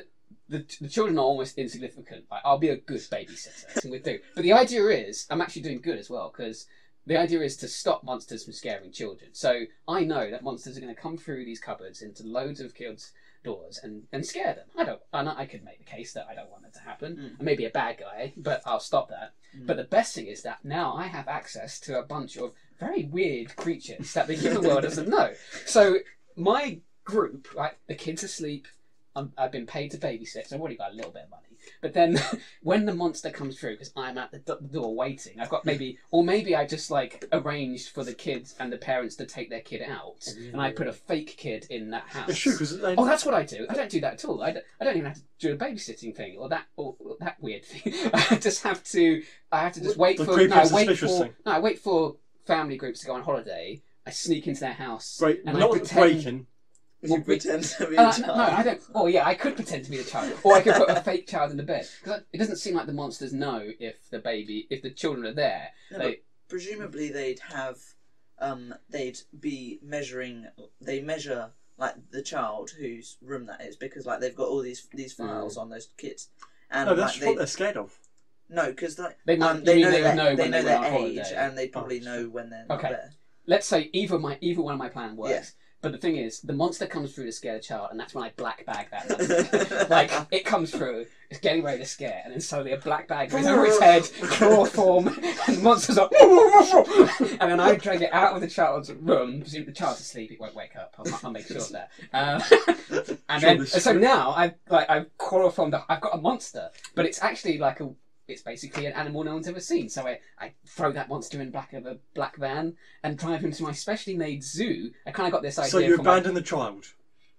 A: the, the children are almost insignificant. Like, I'll be a good babysitter. That's what we do. But the idea is, I'm actually doing good as well because the idea is to stop monsters from scaring children. So I know that monsters are going to come through these cupboards into loads of kids' doors and, and scare them. I don't. And I could make the case that I don't want that to happen.
B: Mm.
A: I may be a bad guy, but I'll stop that.
B: Mm.
A: But the best thing is that now I have access to a bunch of very weird creatures that the human world doesn't know. So my group, like the kids are asleep, I'm, I've been paid to babysit, so I've already got a little bit of money. But then when the monster comes through, because I'm at the do- door waiting, I've got maybe, or maybe I just like arranged for the kids and the parents to take their kid out,
B: Mm-hmm.
A: and I put a fake kid in that house.
C: It's true because
A: Oh, that's what I do. I don't do that at all. I don't, I don't even have to do a babysitting thing or that or or that weird thing. I just have to. I have to just wait
C: The
A: for.
C: creepy
A: No, I
C: and
A: wait
C: suspicious
A: for.
C: thing.
A: No, I wait for family groups to go on holiday. I sneak into their house.
C: great.
A: and I
C: not
A: pretend-
C: breaking.
A: Well,
B: you pretend to be a
A: And I-
B: child.
A: no, I don't. Oh, yeah, I could pretend to be the child, or I could put a fake child in the bed because it doesn't seem like the monsters know if the baby, if the children are there.
B: No,
A: They-
B: but presumably they'd have, um, they'd be measuring. They measure like the child whose room that is because like they've got all these these
A: Mm.
B: files on those kids, and
C: No,
B: like
C: that's
B: they
C: what they're scared of.
B: no because like
A: They might.
B: um,
A: you
B: they
A: mean
B: know
A: they would
B: their,
A: know
B: they
A: when
B: know
A: they
B: their
A: went on holiday.
B: age and they probably
C: Oh,
B: know when they're not
A: Okay.
B: there.
A: let's say either my either one of my plan works. But the thing is, the monster comes through to scare the child, and that's when I black bag that monster. like it comes through, it's getting ready to scare, and then suddenly a black bag goes over its head, chloroform, and the monster's like, and then I drag it out of the child's room. Presume the child's asleep; it won't wake up. I'll, I'll make sure of that. Um, and
C: Sure,
A: then,
C: this-
A: so now I've like I've chloroformed. a- I've got a monster, but it's actually like a. It's basically an animal no one's ever seen. So I, I throw that monster in back of a black van and drive him to my specially made zoo. I kind of got this idea.
C: So you
A: from my-
C: abandon the child.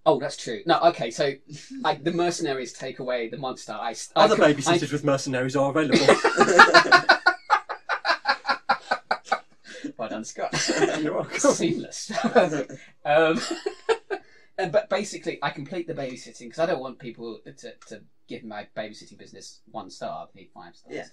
A: Oh, that's true. No, okay. So, like the mercenaries take away the monster. I, s- I
C: Other
A: could- I-
C: babysitters with mercenaries are available.
A: Well done, Scott.
C: You're welcome.
A: Seamless. Perfect. um, and- but basically, I complete the babysitting because I don't want people to, to give my babysitting business one star. I need five stars.
B: Yeah.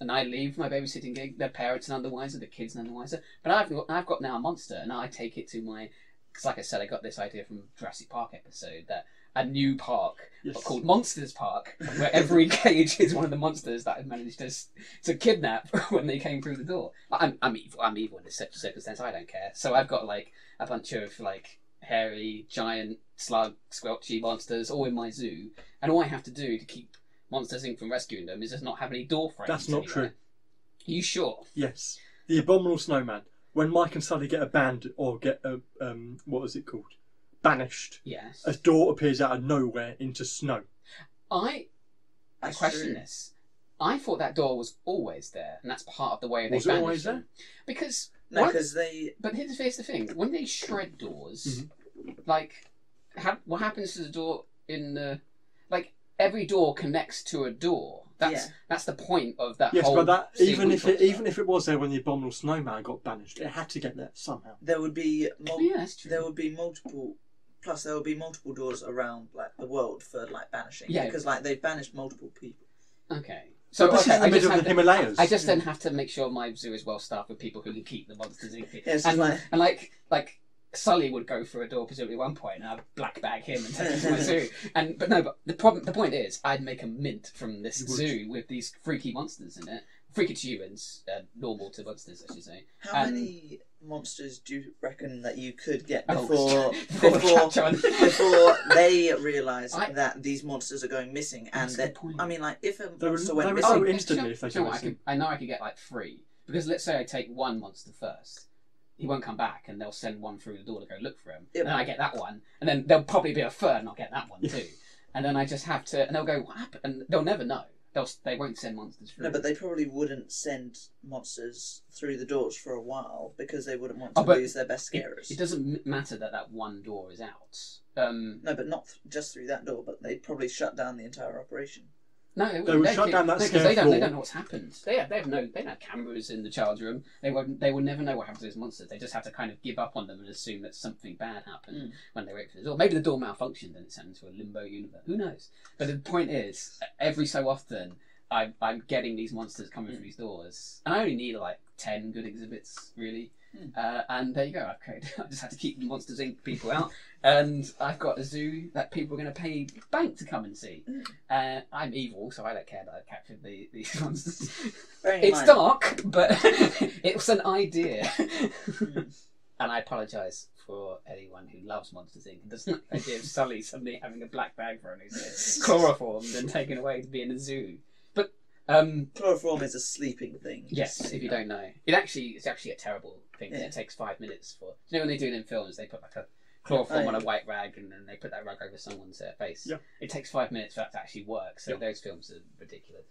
A: And I leave my babysitting gig. Their parents are none the wiser. The kids are none the wiser. But I've got, I've got now a monster, and I take it to my. Because, like I said, I got this idea from Jurassic Park episode that a new park
C: Yes.
A: called Monsters Park, where every cage is one of the monsters that I managed to s- to kidnap when they came through the door. I'm I'm evil. I'm evil in this cir- circumstance. I don't care. So I've got like a bunch of like hairy, giant, slug, squelchy monsters all in my zoo, and all I have to do to keep Monsters Inc. from rescuing them is just not have any door frames.
C: That's not
A: anywhere.
C: true.
A: You sure?
C: Yes, the abominable snowman. When Mike and Sally get abandoned or get uh, um, what is it called? Banished.
A: Yes.
C: A door appears out of nowhere into snow.
A: I I
B: That's
A: question
B: true.
A: this. I thought that door was always there, and that's part of the way they
C: Was it
A: banished
C: always
A: them. Because
B: No,
A: What?
B: because they
A: But here's here's the thing: when they shred doors,
C: Mm-hmm.
A: like, ha- what happens to the door in the, like, every door connects to a door. That's
B: Yeah.
A: that's the point of that.
C: Yes,
A: whole
C: but that
A: scene
C: even
A: we
C: if
A: talked
C: it,
A: about.
C: even if it was there when the abominable snowman got banished, it had to get there somehow.
B: there would be mul-
A: yeah, that's true.
B: there would be multiple plus there would be multiple doors around like the world for like banishing
A: Yeah.
B: because like they've banished multiple people
A: Okay.
C: So
A: So
C: this
A: okay,
C: is in the
A: I just
C: middle of
A: had
C: the
A: to-
C: Himalayas.
A: I just then have to make sure my zoo is well staffed with people who can keep the monsters in.
B: Yeah, it's just
A: and,
B: like-
A: and like like Sully would go through a door presumably at one point, and I'd black bag him and take him to my zoo. And but no, but the problem the point is, I'd make a mint from this
C: You would.
A: zoo with these freaky monsters in it. Freaky to humans, uh, normal to monsters, I should say.
B: how
A: Um,
B: many monsters do you reckon that you could get
A: Oh,
B: before
A: before we
B: before
A: catch on.
B: before they realize
A: I-
B: that these monsters are going missing and
A: That's a
B: that
A: good point.
B: i mean like if a
C: were-
B: monster
C: they
B: went
C: were
B: missing
C: so
A: yeah,
C: Oh, instantly
A: do you
C: if they
A: know- do you know
C: go
A: what, I,
C: missing.
A: could, I know I could get like three because let's say I take one monster first, he won't come back, and they'll send one through the door to go look for him.
B: Yep.
A: And then I get that one, and then there'll probably be a third, and I'll get that one too. and then I just have to, and they'll go, "What happened?" And they'll never know. They'll they won't send monsters through.
B: no but they probably wouldn't send monsters through the doors for a while because they wouldn't want to
A: Oh, but
B: lose their best
A: it,
B: scarers
A: it doesn't m- matter that that one door is out. Um,
B: no but not th- just through that door but they'd probably shut down the entire operation
A: no, they,
C: would shut down that
A: because
C: scare
A: they don't, they
C: floor.
A: don't know what's happened. They have, they have no they don't have cameras in the charge room. They won't they will never know what happened to those monsters. They just have to kind of give up on them and assume that something bad happened.
B: Mm.
A: when they wait for the door. Maybe the door malfunctioned and it sent them to a limbo universe. Who knows? But the point is, every so often, I'm, I'm getting these monsters coming through these doors, and I only need like ten good exhibits really.
B: Mm.
A: Uh, and there you go. I've created. I just have to keep the Monsters Inc. people out, and I've got a zoo that people are going to pay bank to come and see. Uh, I'm evil, so I don't care that I've captured the, these monsters.
B: Bearing in
A: it's
B: mind-
A: dark, but it was an idea.
B: mm,
A: And I apologise for anyone who loves Monsters Inc. and doesn't like the idea of Sully suddenly having a black bag for him who's chloroformed and taken away to be in a zoo. But um,
B: Chloroform is a sleeping thing.
A: yes, if you don't know, it actually it's actually a terrible thing. 'cause
B: Yeah.
A: It takes five minutes for. Do you know when they do it in films? They put like a chloroform
B: Oh, yeah.
A: on a white rag and then they put that rag over someone's uh, face.
C: Yeah.
A: It takes five minutes for that to actually work. So
C: Yeah.
A: those films are ridiculous.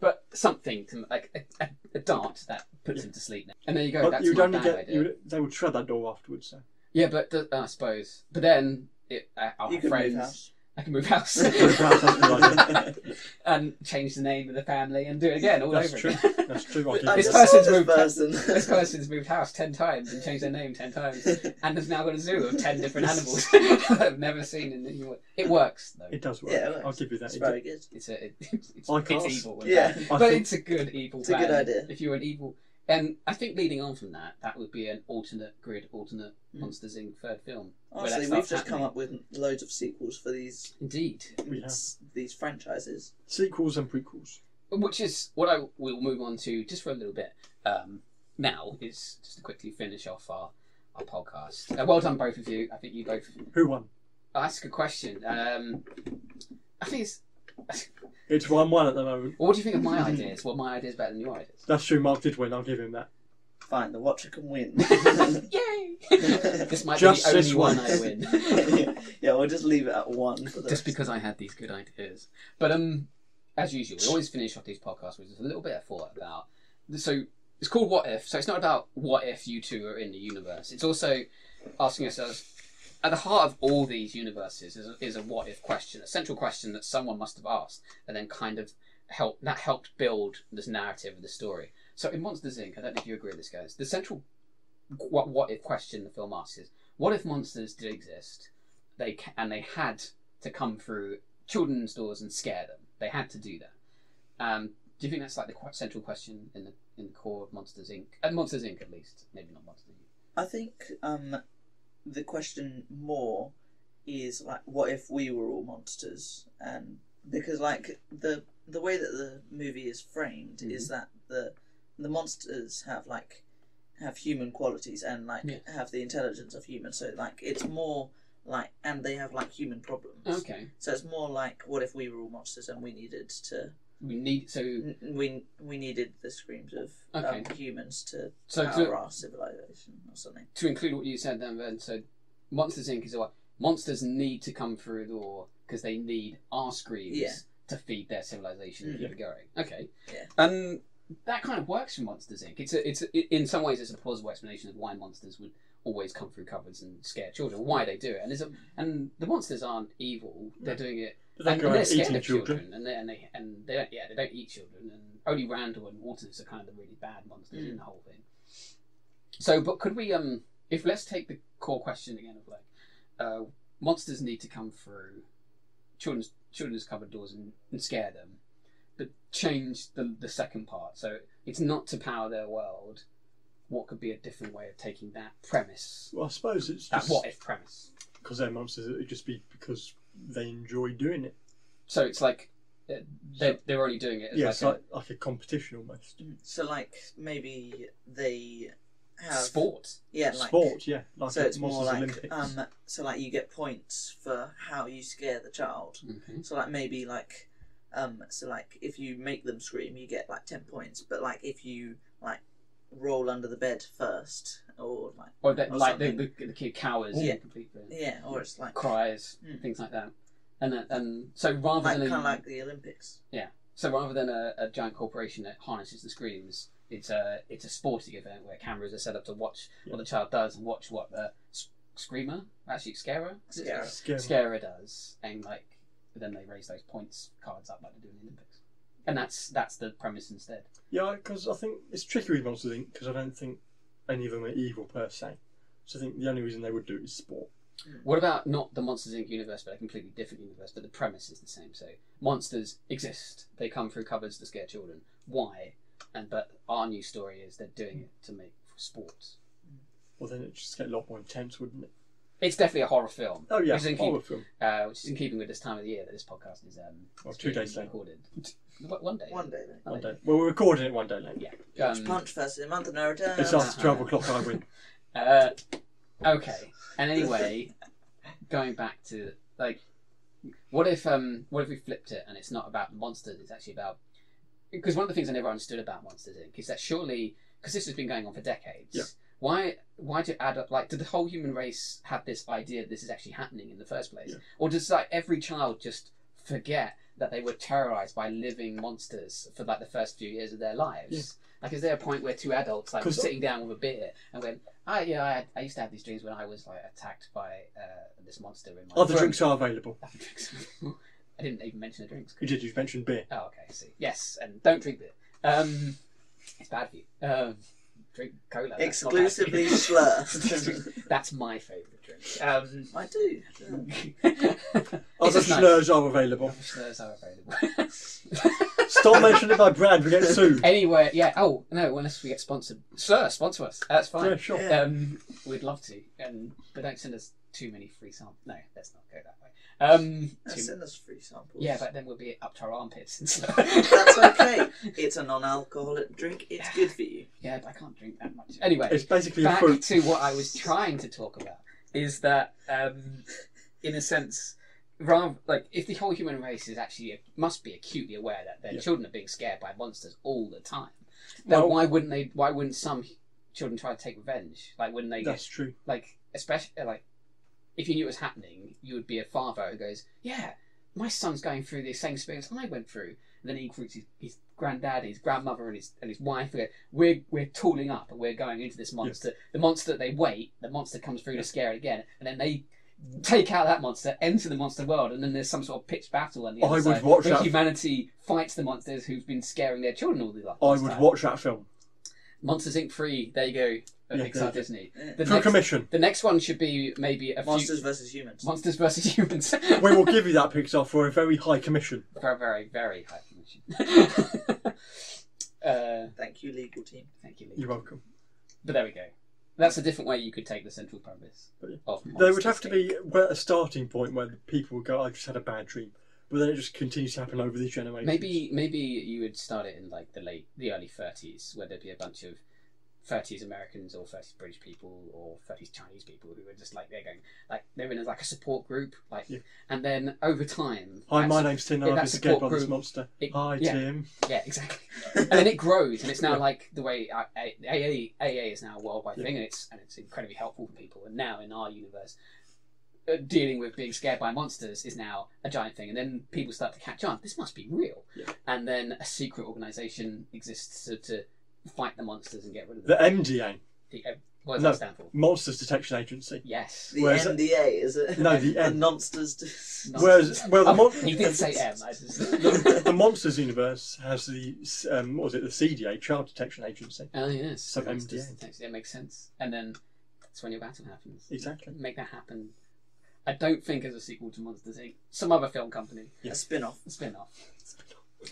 A: But something to like a, a, a dart that puts
C: Yeah.
A: him to sleep. Now. And there you go.
C: But
A: that's
C: you would
A: my
C: only
A: bad
C: get
A: idea.
C: you would, they would shred that door afterwards. So.
A: Yeah, but the, I suppose. But then it, I, I'll
B: You
A: have
B: can
A: friends.
B: move house.
A: I can move house
C: Perhaps that's a good idea.
A: and change the name of the family and do it again all
C: That's
A: over
C: true.
A: again.
C: That's true. I
B: I
C: did
A: This
B: just saw
C: that.
A: person's
B: this
A: moved
B: person.
A: this person's moved house ten times and changed their name ten times and has now got a zoo of ten different animals that I've never seen in the New York. It works though.
C: It does work.
B: Yeah, it works.
C: I'll give you that.
B: It's
C: It
B: very good.
A: It's a it, it's, it's
C: Like us.
A: evil. and
B: Yeah.
A: bad.
C: I
A: but
C: think-
A: it's a good evil.
B: It's a
A: plan.
B: good idea.
A: If you're an evil, and I think leading on from that, that would be an alternate grid, alternate
B: Mm.
A: Monsters Inc. third film. where that
B: Honestly, we've
A: starts
B: just come
A: happening.
B: up with loads of sequels for these
A: Indeed.
C: We have.
B: these franchises.
C: Sequels and prequels.
A: which is what I will move on to just for a little bit um, now is just to quickly finish off our our podcast. Uh, well done, both of you. I think you both
C: Who won?
A: ask a question. Um, I think it's.
C: It's one one at the moment.
A: Well, what do you think of my ideas? Well, my ideas better than your ideas.
C: That's true. Mark did win. I'll give him that.
B: Fine, the Watcher can win.
A: Yay! this might
C: Just
A: be the only
C: this
A: one
C: one.
A: I win.
B: yeah, we'll just leave it at one. For
A: just
B: the rest.
A: because I had these good ideas. But um, as usual, we always finish off these podcasts with just a little bit of thought about. So it's called What If. So it's not about what if you two are in the universe. It's also asking ourselves at the heart of all these universes is a, is a what if question, a central question that someone must have asked, and then kind of help that helped build this narrative of the story. So in Monsters Inc., I don't know if you agree with this, guys. The central what what if question the film asks is: What if monsters did exist? They ca- and they had to come through children's doors and scare them. They had to do that. Um, do you think that's like the qu- central question in the in the core of Monsters Inc. Uh, Monsters Inc. At least, maybe not Monsters Inc.
B: I think um, the question more is like, what if we were all monsters? And because like the the way that the movie is framed
A: Mm-hmm.
B: is that the the monsters have like have human qualities and like
A: Yes.
B: have the intelligence of humans. So like it's more like and they have like human problems.
A: Okay,
B: So it's more like, what if we were all monsters and we needed to
A: we need so
B: n- we we needed the screams of um,
A: Okay.
B: humans to
A: so
B: power
A: to,
B: our civilization or something.
A: to include what you said then, Ben. So Monsters Inc. is what monsters need to come through a door because they need our screams
B: Yeah.
A: to feed their civilization and
B: Mm.
A: keep it going. Okay,
B: Yeah.
A: and that kind of works for Monsters Inc. It's a, it's a, in some ways it's a plausible explanation of why monsters would always come through cupboards and scare children. Why they do it, and there's a, and the monsters aren't evil. They're doing it, and,
C: But that
A: and
C: guy
A: they're
C: eating
A: scared
C: children.
A: of children, and they and they and they don't, yeah they don't eat children. And only Randall and Waters are kind of the really bad monsters
C: Hmm.
A: in the whole thing. So, but could we um if let's take the core question again of like uh, monsters need to come through children's children's cupboard doors and, and scare them but change the the second part. So it's not to power their world. What could be a different way of taking that premise?
C: Well, I suppose it's
A: That
C: just
A: what if premise.
C: because they're monsters. It'd just be because they enjoy doing it.
A: So it's like uh, they're, they're only doing it as
C: yeah, it's
A: like
C: like, like a competition almost.
B: So like maybe they
A: a
B: have
A: sport.
B: Yeah, like
C: Sport, yeah, like
B: so
C: at
B: it's more
C: Monsters
B: like
C: Olympics.
B: um so like you get points for how you scare the child. So like maybe like um so like if you make them scream you get like ten points, but like if you like roll under the bed first or like
A: Or that
B: Or
A: like the, the,
B: something.
A: the kid cowers
B: Yeah.
A: and completely
B: yeah, or it's like
A: cries
B: Mm.
A: things like that. And that, and so rather
B: like
A: than
B: kind
A: a,
B: of like the Olympics.
A: so rather than a, a giant corporation that harnesses the screams, it's a it's a sporting event where cameras are set up to watch what the child does and watch what the s- screamer actually scarer Is it
B: Scarer.
C: Scary.
A: Scarer does, and like then they raise those points cards up like they do in the Olympics, and that's that's the premise instead.
C: Yeah, because I think it's tricky with Monsters Inc. because I don't think any of them are evil per se. So I think the only reason they would do it is sport.
A: What about not the Monsters Inc. universe, but a completely different universe? But the premise is the same. So monsters exist; they come through cupboards to scare children. Why? And but our new story is they're doing it to make for sports.
C: Well, then it'd just get a lot more intense, wouldn't it?
A: It's definitely a horror film.
C: Oh yeah,
A: Which is in
C: horror film.
A: uh, which is in keeping with this time of the year that this podcast is um,
C: Well, two days later.
A: recorded. What, One day.
B: One day then.
C: One day. Well, we're recording it one day later.
A: Um,
B: It's punch versus a month and no return.
C: It's after twelve o'clock. I win.
A: uh, okay. And anyway, going back to like, what if um, what if we flipped it and it's not about monsters? It's actually about because one of the things I never understood about Monsters Inc. is that surely because this has been going on for decades.
C: Yeah.
A: Why? Why do adult like? Did the whole human race have this idea that this is actually happening in the first place,
C: Yeah.
A: or does like every child just forget that they were terrorized by living monsters for like the first few years of their lives? Like, is there a point where two adults like were
C: 'Cause-
A: sitting down with a beer and went, "I yeah, I, I used to have these dreams when I was like attacked by uh, this monster in my
C: Other
A: room."
C: Oh, drinks are available.
A: Other drinks. I didn't even mention the drinks.
C: You did. You mentioned beer.
A: Oh, okay. I See, yes, and don't drink beer. Um, it's bad for you. Um, drink cola. that's not bad for you.
B: Exclusively slurs.
A: that's my favourite drink. Um,
B: I do.
A: It's
C: Other
A: just nice.
C: slurs are available.
A: Schlers are available.
C: Stop mentioning it by brand. We get sued.
A: anyway, yeah. Oh no, unless we get sponsored. Slur, sponsor us. That's fine.
C: Yeah, sure.
B: Yeah.
A: Um, we'd love to, um, but don't send us too many free samples. No, let's not go that way. Um, too-
B: Send us free samples.
A: yeah, but then we'll be up to our armpits and stuff.
B: That's okay. It's a non-alcoholic drink. It's good for you.
A: yeah, but I can't drink that much. Anyway,
C: It's basically a
A: back
C: fruit.
A: to what I was trying to talk about is that, um, in a sense, rather like if the whole human race is actually must be acutely aware that their
C: Yeah.
A: children are being scared by monsters all the time, then
C: Well-
A: why wouldn't they? Why wouldn't some children try to take revenge? Like, wouldn't they?
C: That's true.
A: like especially like if you knew it was happening, you would be a father who goes, "Yeah, my son's going through the same experience I went through." And then he recruits his, his granddad, his grandmother, and his and his wife. who go, We're we're tooling up, and we're going into this monster. The monster they wait, the monster comes through to scare it again, and then they take out that monster, enter the monster world, and then there's some sort of pitched battle. And the
C: I
A: other
C: would
A: side,
C: watch
A: where
C: that.
A: Humanity fights the monsters who've been scaring their children all the life.
C: I would watch that film
A: Monsters Inc. Three. There you go.
C: Yeah,
A: Pixar
C: there you go.
A: Disney.
B: Yeah.
A: The
C: for
A: next-
C: commission.
A: the next one should be maybe a
B: Monsters
A: few
B: versus humans.
A: monsters versus humans.
C: We will give you that Pixar for a very high commission.
A: very, very, very high commission. uh,
B: Thank you, legal team.
A: thank you, Lee.
C: You're welcome.
A: But there we go. That's a different way you could take the central premise.
C: Yeah.
A: Of
C: There would have to
A: Monsters,
C: be where- a starting point where the people would go, I just had a bad dream. But then it just continues to happen over these generations.
A: Maybe, maybe you would start it in like the late, the early thirties, where there'd be a bunch of thirties Americans or thirties British people or thirties Chinese people who were just like they're going like they're in like a support group, like,
C: Yeah.
A: and then over time,
C: Hi,
A: that's-
C: my name's Tim,
A: yeah,
C: and I've been
A: that
C: scared by
A: support
C: this
A: group-
C: monster.
A: it-
C: Hi,
A: yeah.
C: Tim.
A: Yeah, exactly. and then it grows, and it's now like the way I- I- AA, AA is now a worldwide
C: Yeah.
A: thing, and it's and it's incredibly helpful for people. And now in our universe, uh, dealing with being scared by monsters is now a giant thing, and then people start to catch on. This must be real,
C: Yeah.
A: and then a secret organisation exists to, to fight the monsters and get rid of
C: The
A: them.
C: MDA,
A: The, uh, what does
C: No.
A: that stand for?
C: Monsters Detection Agency.
A: Yes.
B: The
C: Whereas-
B: NDA, is it?
C: No, the
B: the
C: N.
B: Monsters.
A: No.
C: Whereas, well, uh, the, mon-
A: Oh, he did say M. I just...
C: the, the Monsters universe has the um, what was it? The CDA, Child Detection Agency.
A: Oh yes,
C: So
A: That's-
C: MDA.
A: that's- that's- That makes sense. And then that's when your battle happens.
C: Exactly.
A: Make that happen. I don't think as a sequel to Monsters Inc. Some other film company,
B: A spin off.
A: a spin-off,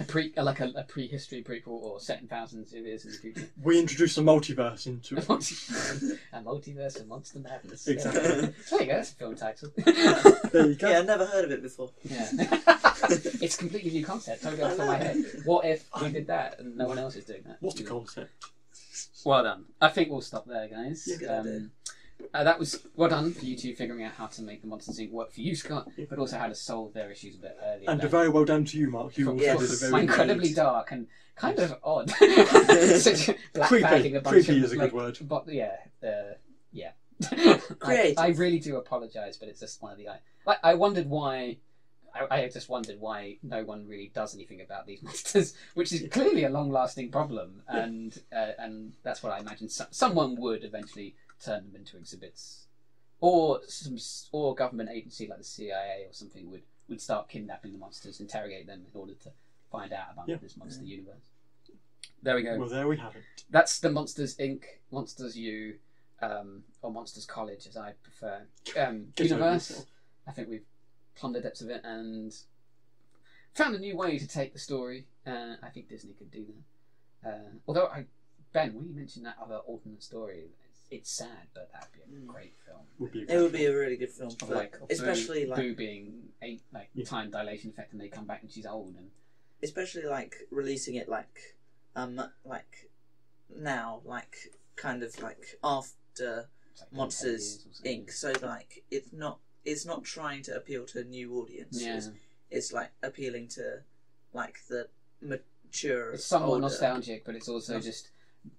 A: a pre, like a, a pre-history prequel or set in thousands of years in the future.
C: We introduced the multiverse into
A: a
C: it.
A: multiverse of monster madness. Yeah.
C: Exactly.
A: There you go. That's a film title.
C: There you go.
B: Yeah, I've never heard of it before.
A: yeah. it's a completely new concept. Totally off the top of my head. What if we did that and no one else is doing that?
C: What a
A: Yeah.
C: concept!
A: Well done. I think we'll stop there, guys.
B: Yeah, good idea.
A: uh, that was well done for you two figuring out how to make the Monsters Inc. work for you, Scott, but also how to solve their issues a bit earlier.
C: And a
A: than-
C: very well done to you, Mark. You
A: from-
C: also
B: Yes.
C: did a very
A: from
C: well
A: incredibly
C: done-
A: dark and kind of odd. Such blackbagging
C: Creepy.
A: a bunch
C: Creepy
A: of,
C: is a
A: like,
C: good word.
A: But yeah, uh, yeah. I-
B: Creative.
A: I, really do apologise, but it's just one of the. I, I, I wondered why. I, I just wondered why no one really does anything about these monsters, which is clearly a long-lasting problem, and uh, and that's what I imagine so, someone would eventually turn them into exhibits, or some s- or government agency like the CIA or something would would start kidnapping the monsters, interrogate them in order to find out about
C: Yeah.
A: this monster universe. There we go
C: Well, there we have it.
A: that's the Monsters Inc. Monsters U, um, or Monsters College, as I prefer. Um,
C: Get over
A: universe.
C: yourself.
A: I think we've plumbed the depths of it and found a new way to take the story. Uh, I think Disney could do that. Uh, although, I, Ben, when you mentioned that other alternate story, it's, it's sad, but that'd be a
B: Mm.
A: great film.
C: Would be a
B: It
C: good
B: would be
C: film.
B: a really good film.
A: Of
B: but
A: like Boo-
B: especially
A: Boo,
B: like
A: being a like
C: Yeah.
A: time dilation effect, and they come back and she's old and
B: especially like releasing it like um like now, like kind of like after
A: it's like 10
B: Monsters
A: years or something.
B: Inc. So like it's not it's not trying to appeal to new audiences.
A: Yeah,
B: It's like appealing to like the mature
A: it's somewhat
B: older-
A: nostalgic, but it's also
B: Nos-
A: just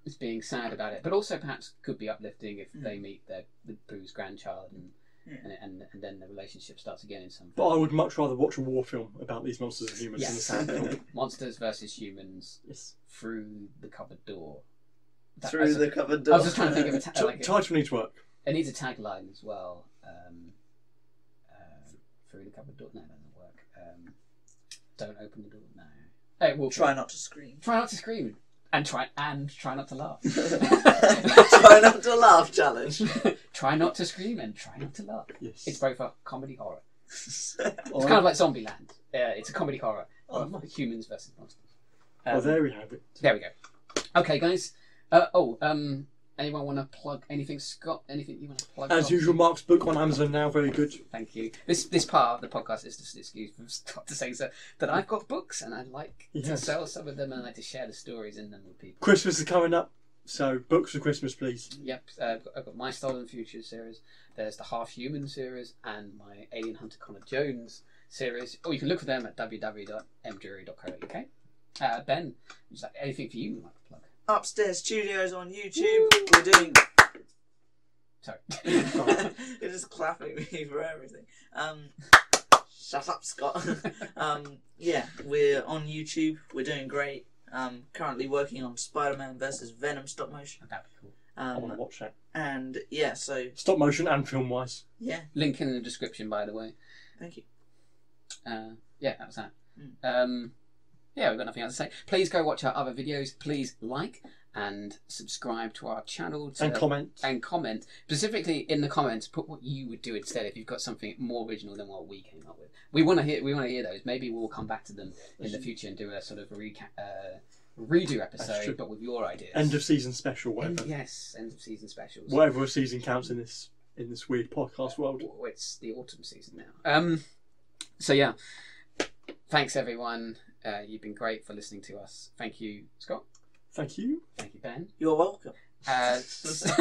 A: it's being sad about it. But also perhaps could be uplifting if
B: Mm.
A: they meet their the Boo's grandchild and,
B: Yeah.
A: and and and then the relationship starts again in some.
C: But I would much rather watch a war film about these monsters and humans
A: Yes.
C: than a sad film.
A: Monsters versus humans
C: yes.
A: through the cupboard door. That-
B: through
A: that's a-
B: the cupboard door.
A: I was just trying to think of a ta-
C: T-
A: like a,
C: title needs work.
A: it needs a tagline as well. Um, uh, through the cupboard door. No, that doesn't work. Um, don't open the door. No. Hey, we'll
B: Try not to scream.
A: try not to scream and try and try not to laugh.
B: Try not to laugh challenge.
A: try not to scream and try not to laugh.
C: Yes.
A: It's both a comedy horror. It's
C: Or-
A: kind of like Zombieland. Uh, it's a comedy horror
C: Oh,
A: of
C: nice.
A: humans versus monsters. Um,
C: well, there we have it.
A: there we go. Okay, guys. Uh, oh, um, anyone want to plug anything, Scott? Anything you want to plug?
C: As
A: Scott?
C: usual, Mark's book on Amazon now very good.
A: Thank you. This this part of the podcast is just an excuse for Scott to say so, that I've got books and I'd like to
C: Yes.
A: sell some of them and I'd like to share the stories in them with people.
C: Christmas is coming up, so books for Christmas, please.
A: Yep, uh, I've, got, I've got my Stolen Future series. There's the Half Human series and my Alien Hunter Connor Jones series. Or you can look for them at www.mjury.co.uk. Uh, ben, is that anything for you you'd like to plug?
B: Upstairs Studios on YouTube. We're doing.
A: Sorry.
B: You're just clapping me for everything. Um, shut up, Scott. um, yeah, we're on YouTube. We're doing great. Um, currently working on Spider-Man versus Venom stop motion.
A: That'd be cool.
C: I want
A: Oh.
B: Um,
C: to watch that.
B: and yeah, so
C: Stop motion and film wise.
B: yeah,
A: Link in the description, by the way.
B: thank you.
A: uh, yeah, that was that. Um, yeah, we've got nothing else to say. Please go watch our other videos. Please like and subscribe to our channel. To,
C: And comment.
A: and comment. Specifically in the comments, put what you would do instead if you've got something more original than what we came up with. We want to hear. We want to hear those. Maybe we'll come back to them in the future and do a sort of a recap, uh, redo
C: true.
A: episode, but with your ideas.
C: End of season special, whatever.
A: yes, end of season specials.
C: Whatever season counts in this in this weird podcast world.
A: Oh, it's the autumn season now. Um, so yeah, thanks everyone. Uh, you've been great for listening to us. Thank you, Scott.
C: Thank you.
A: Thank you, Ben.
B: You're welcome.
A: Uh, It's Uh,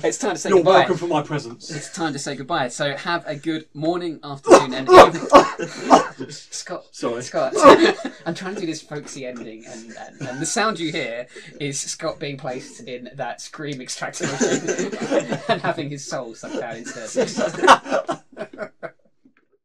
A: time to say
C: You're
A: goodbye.
C: welcome for my presence.
A: It's time to say goodbye. So have a good morning, afternoon, and evening. Scott.
C: Sorry.
A: Scott, I'm trying to do this folksy ending, and, and, and the sound you hear is Scott being placed in that scream extractor machine and having his soul sucked out into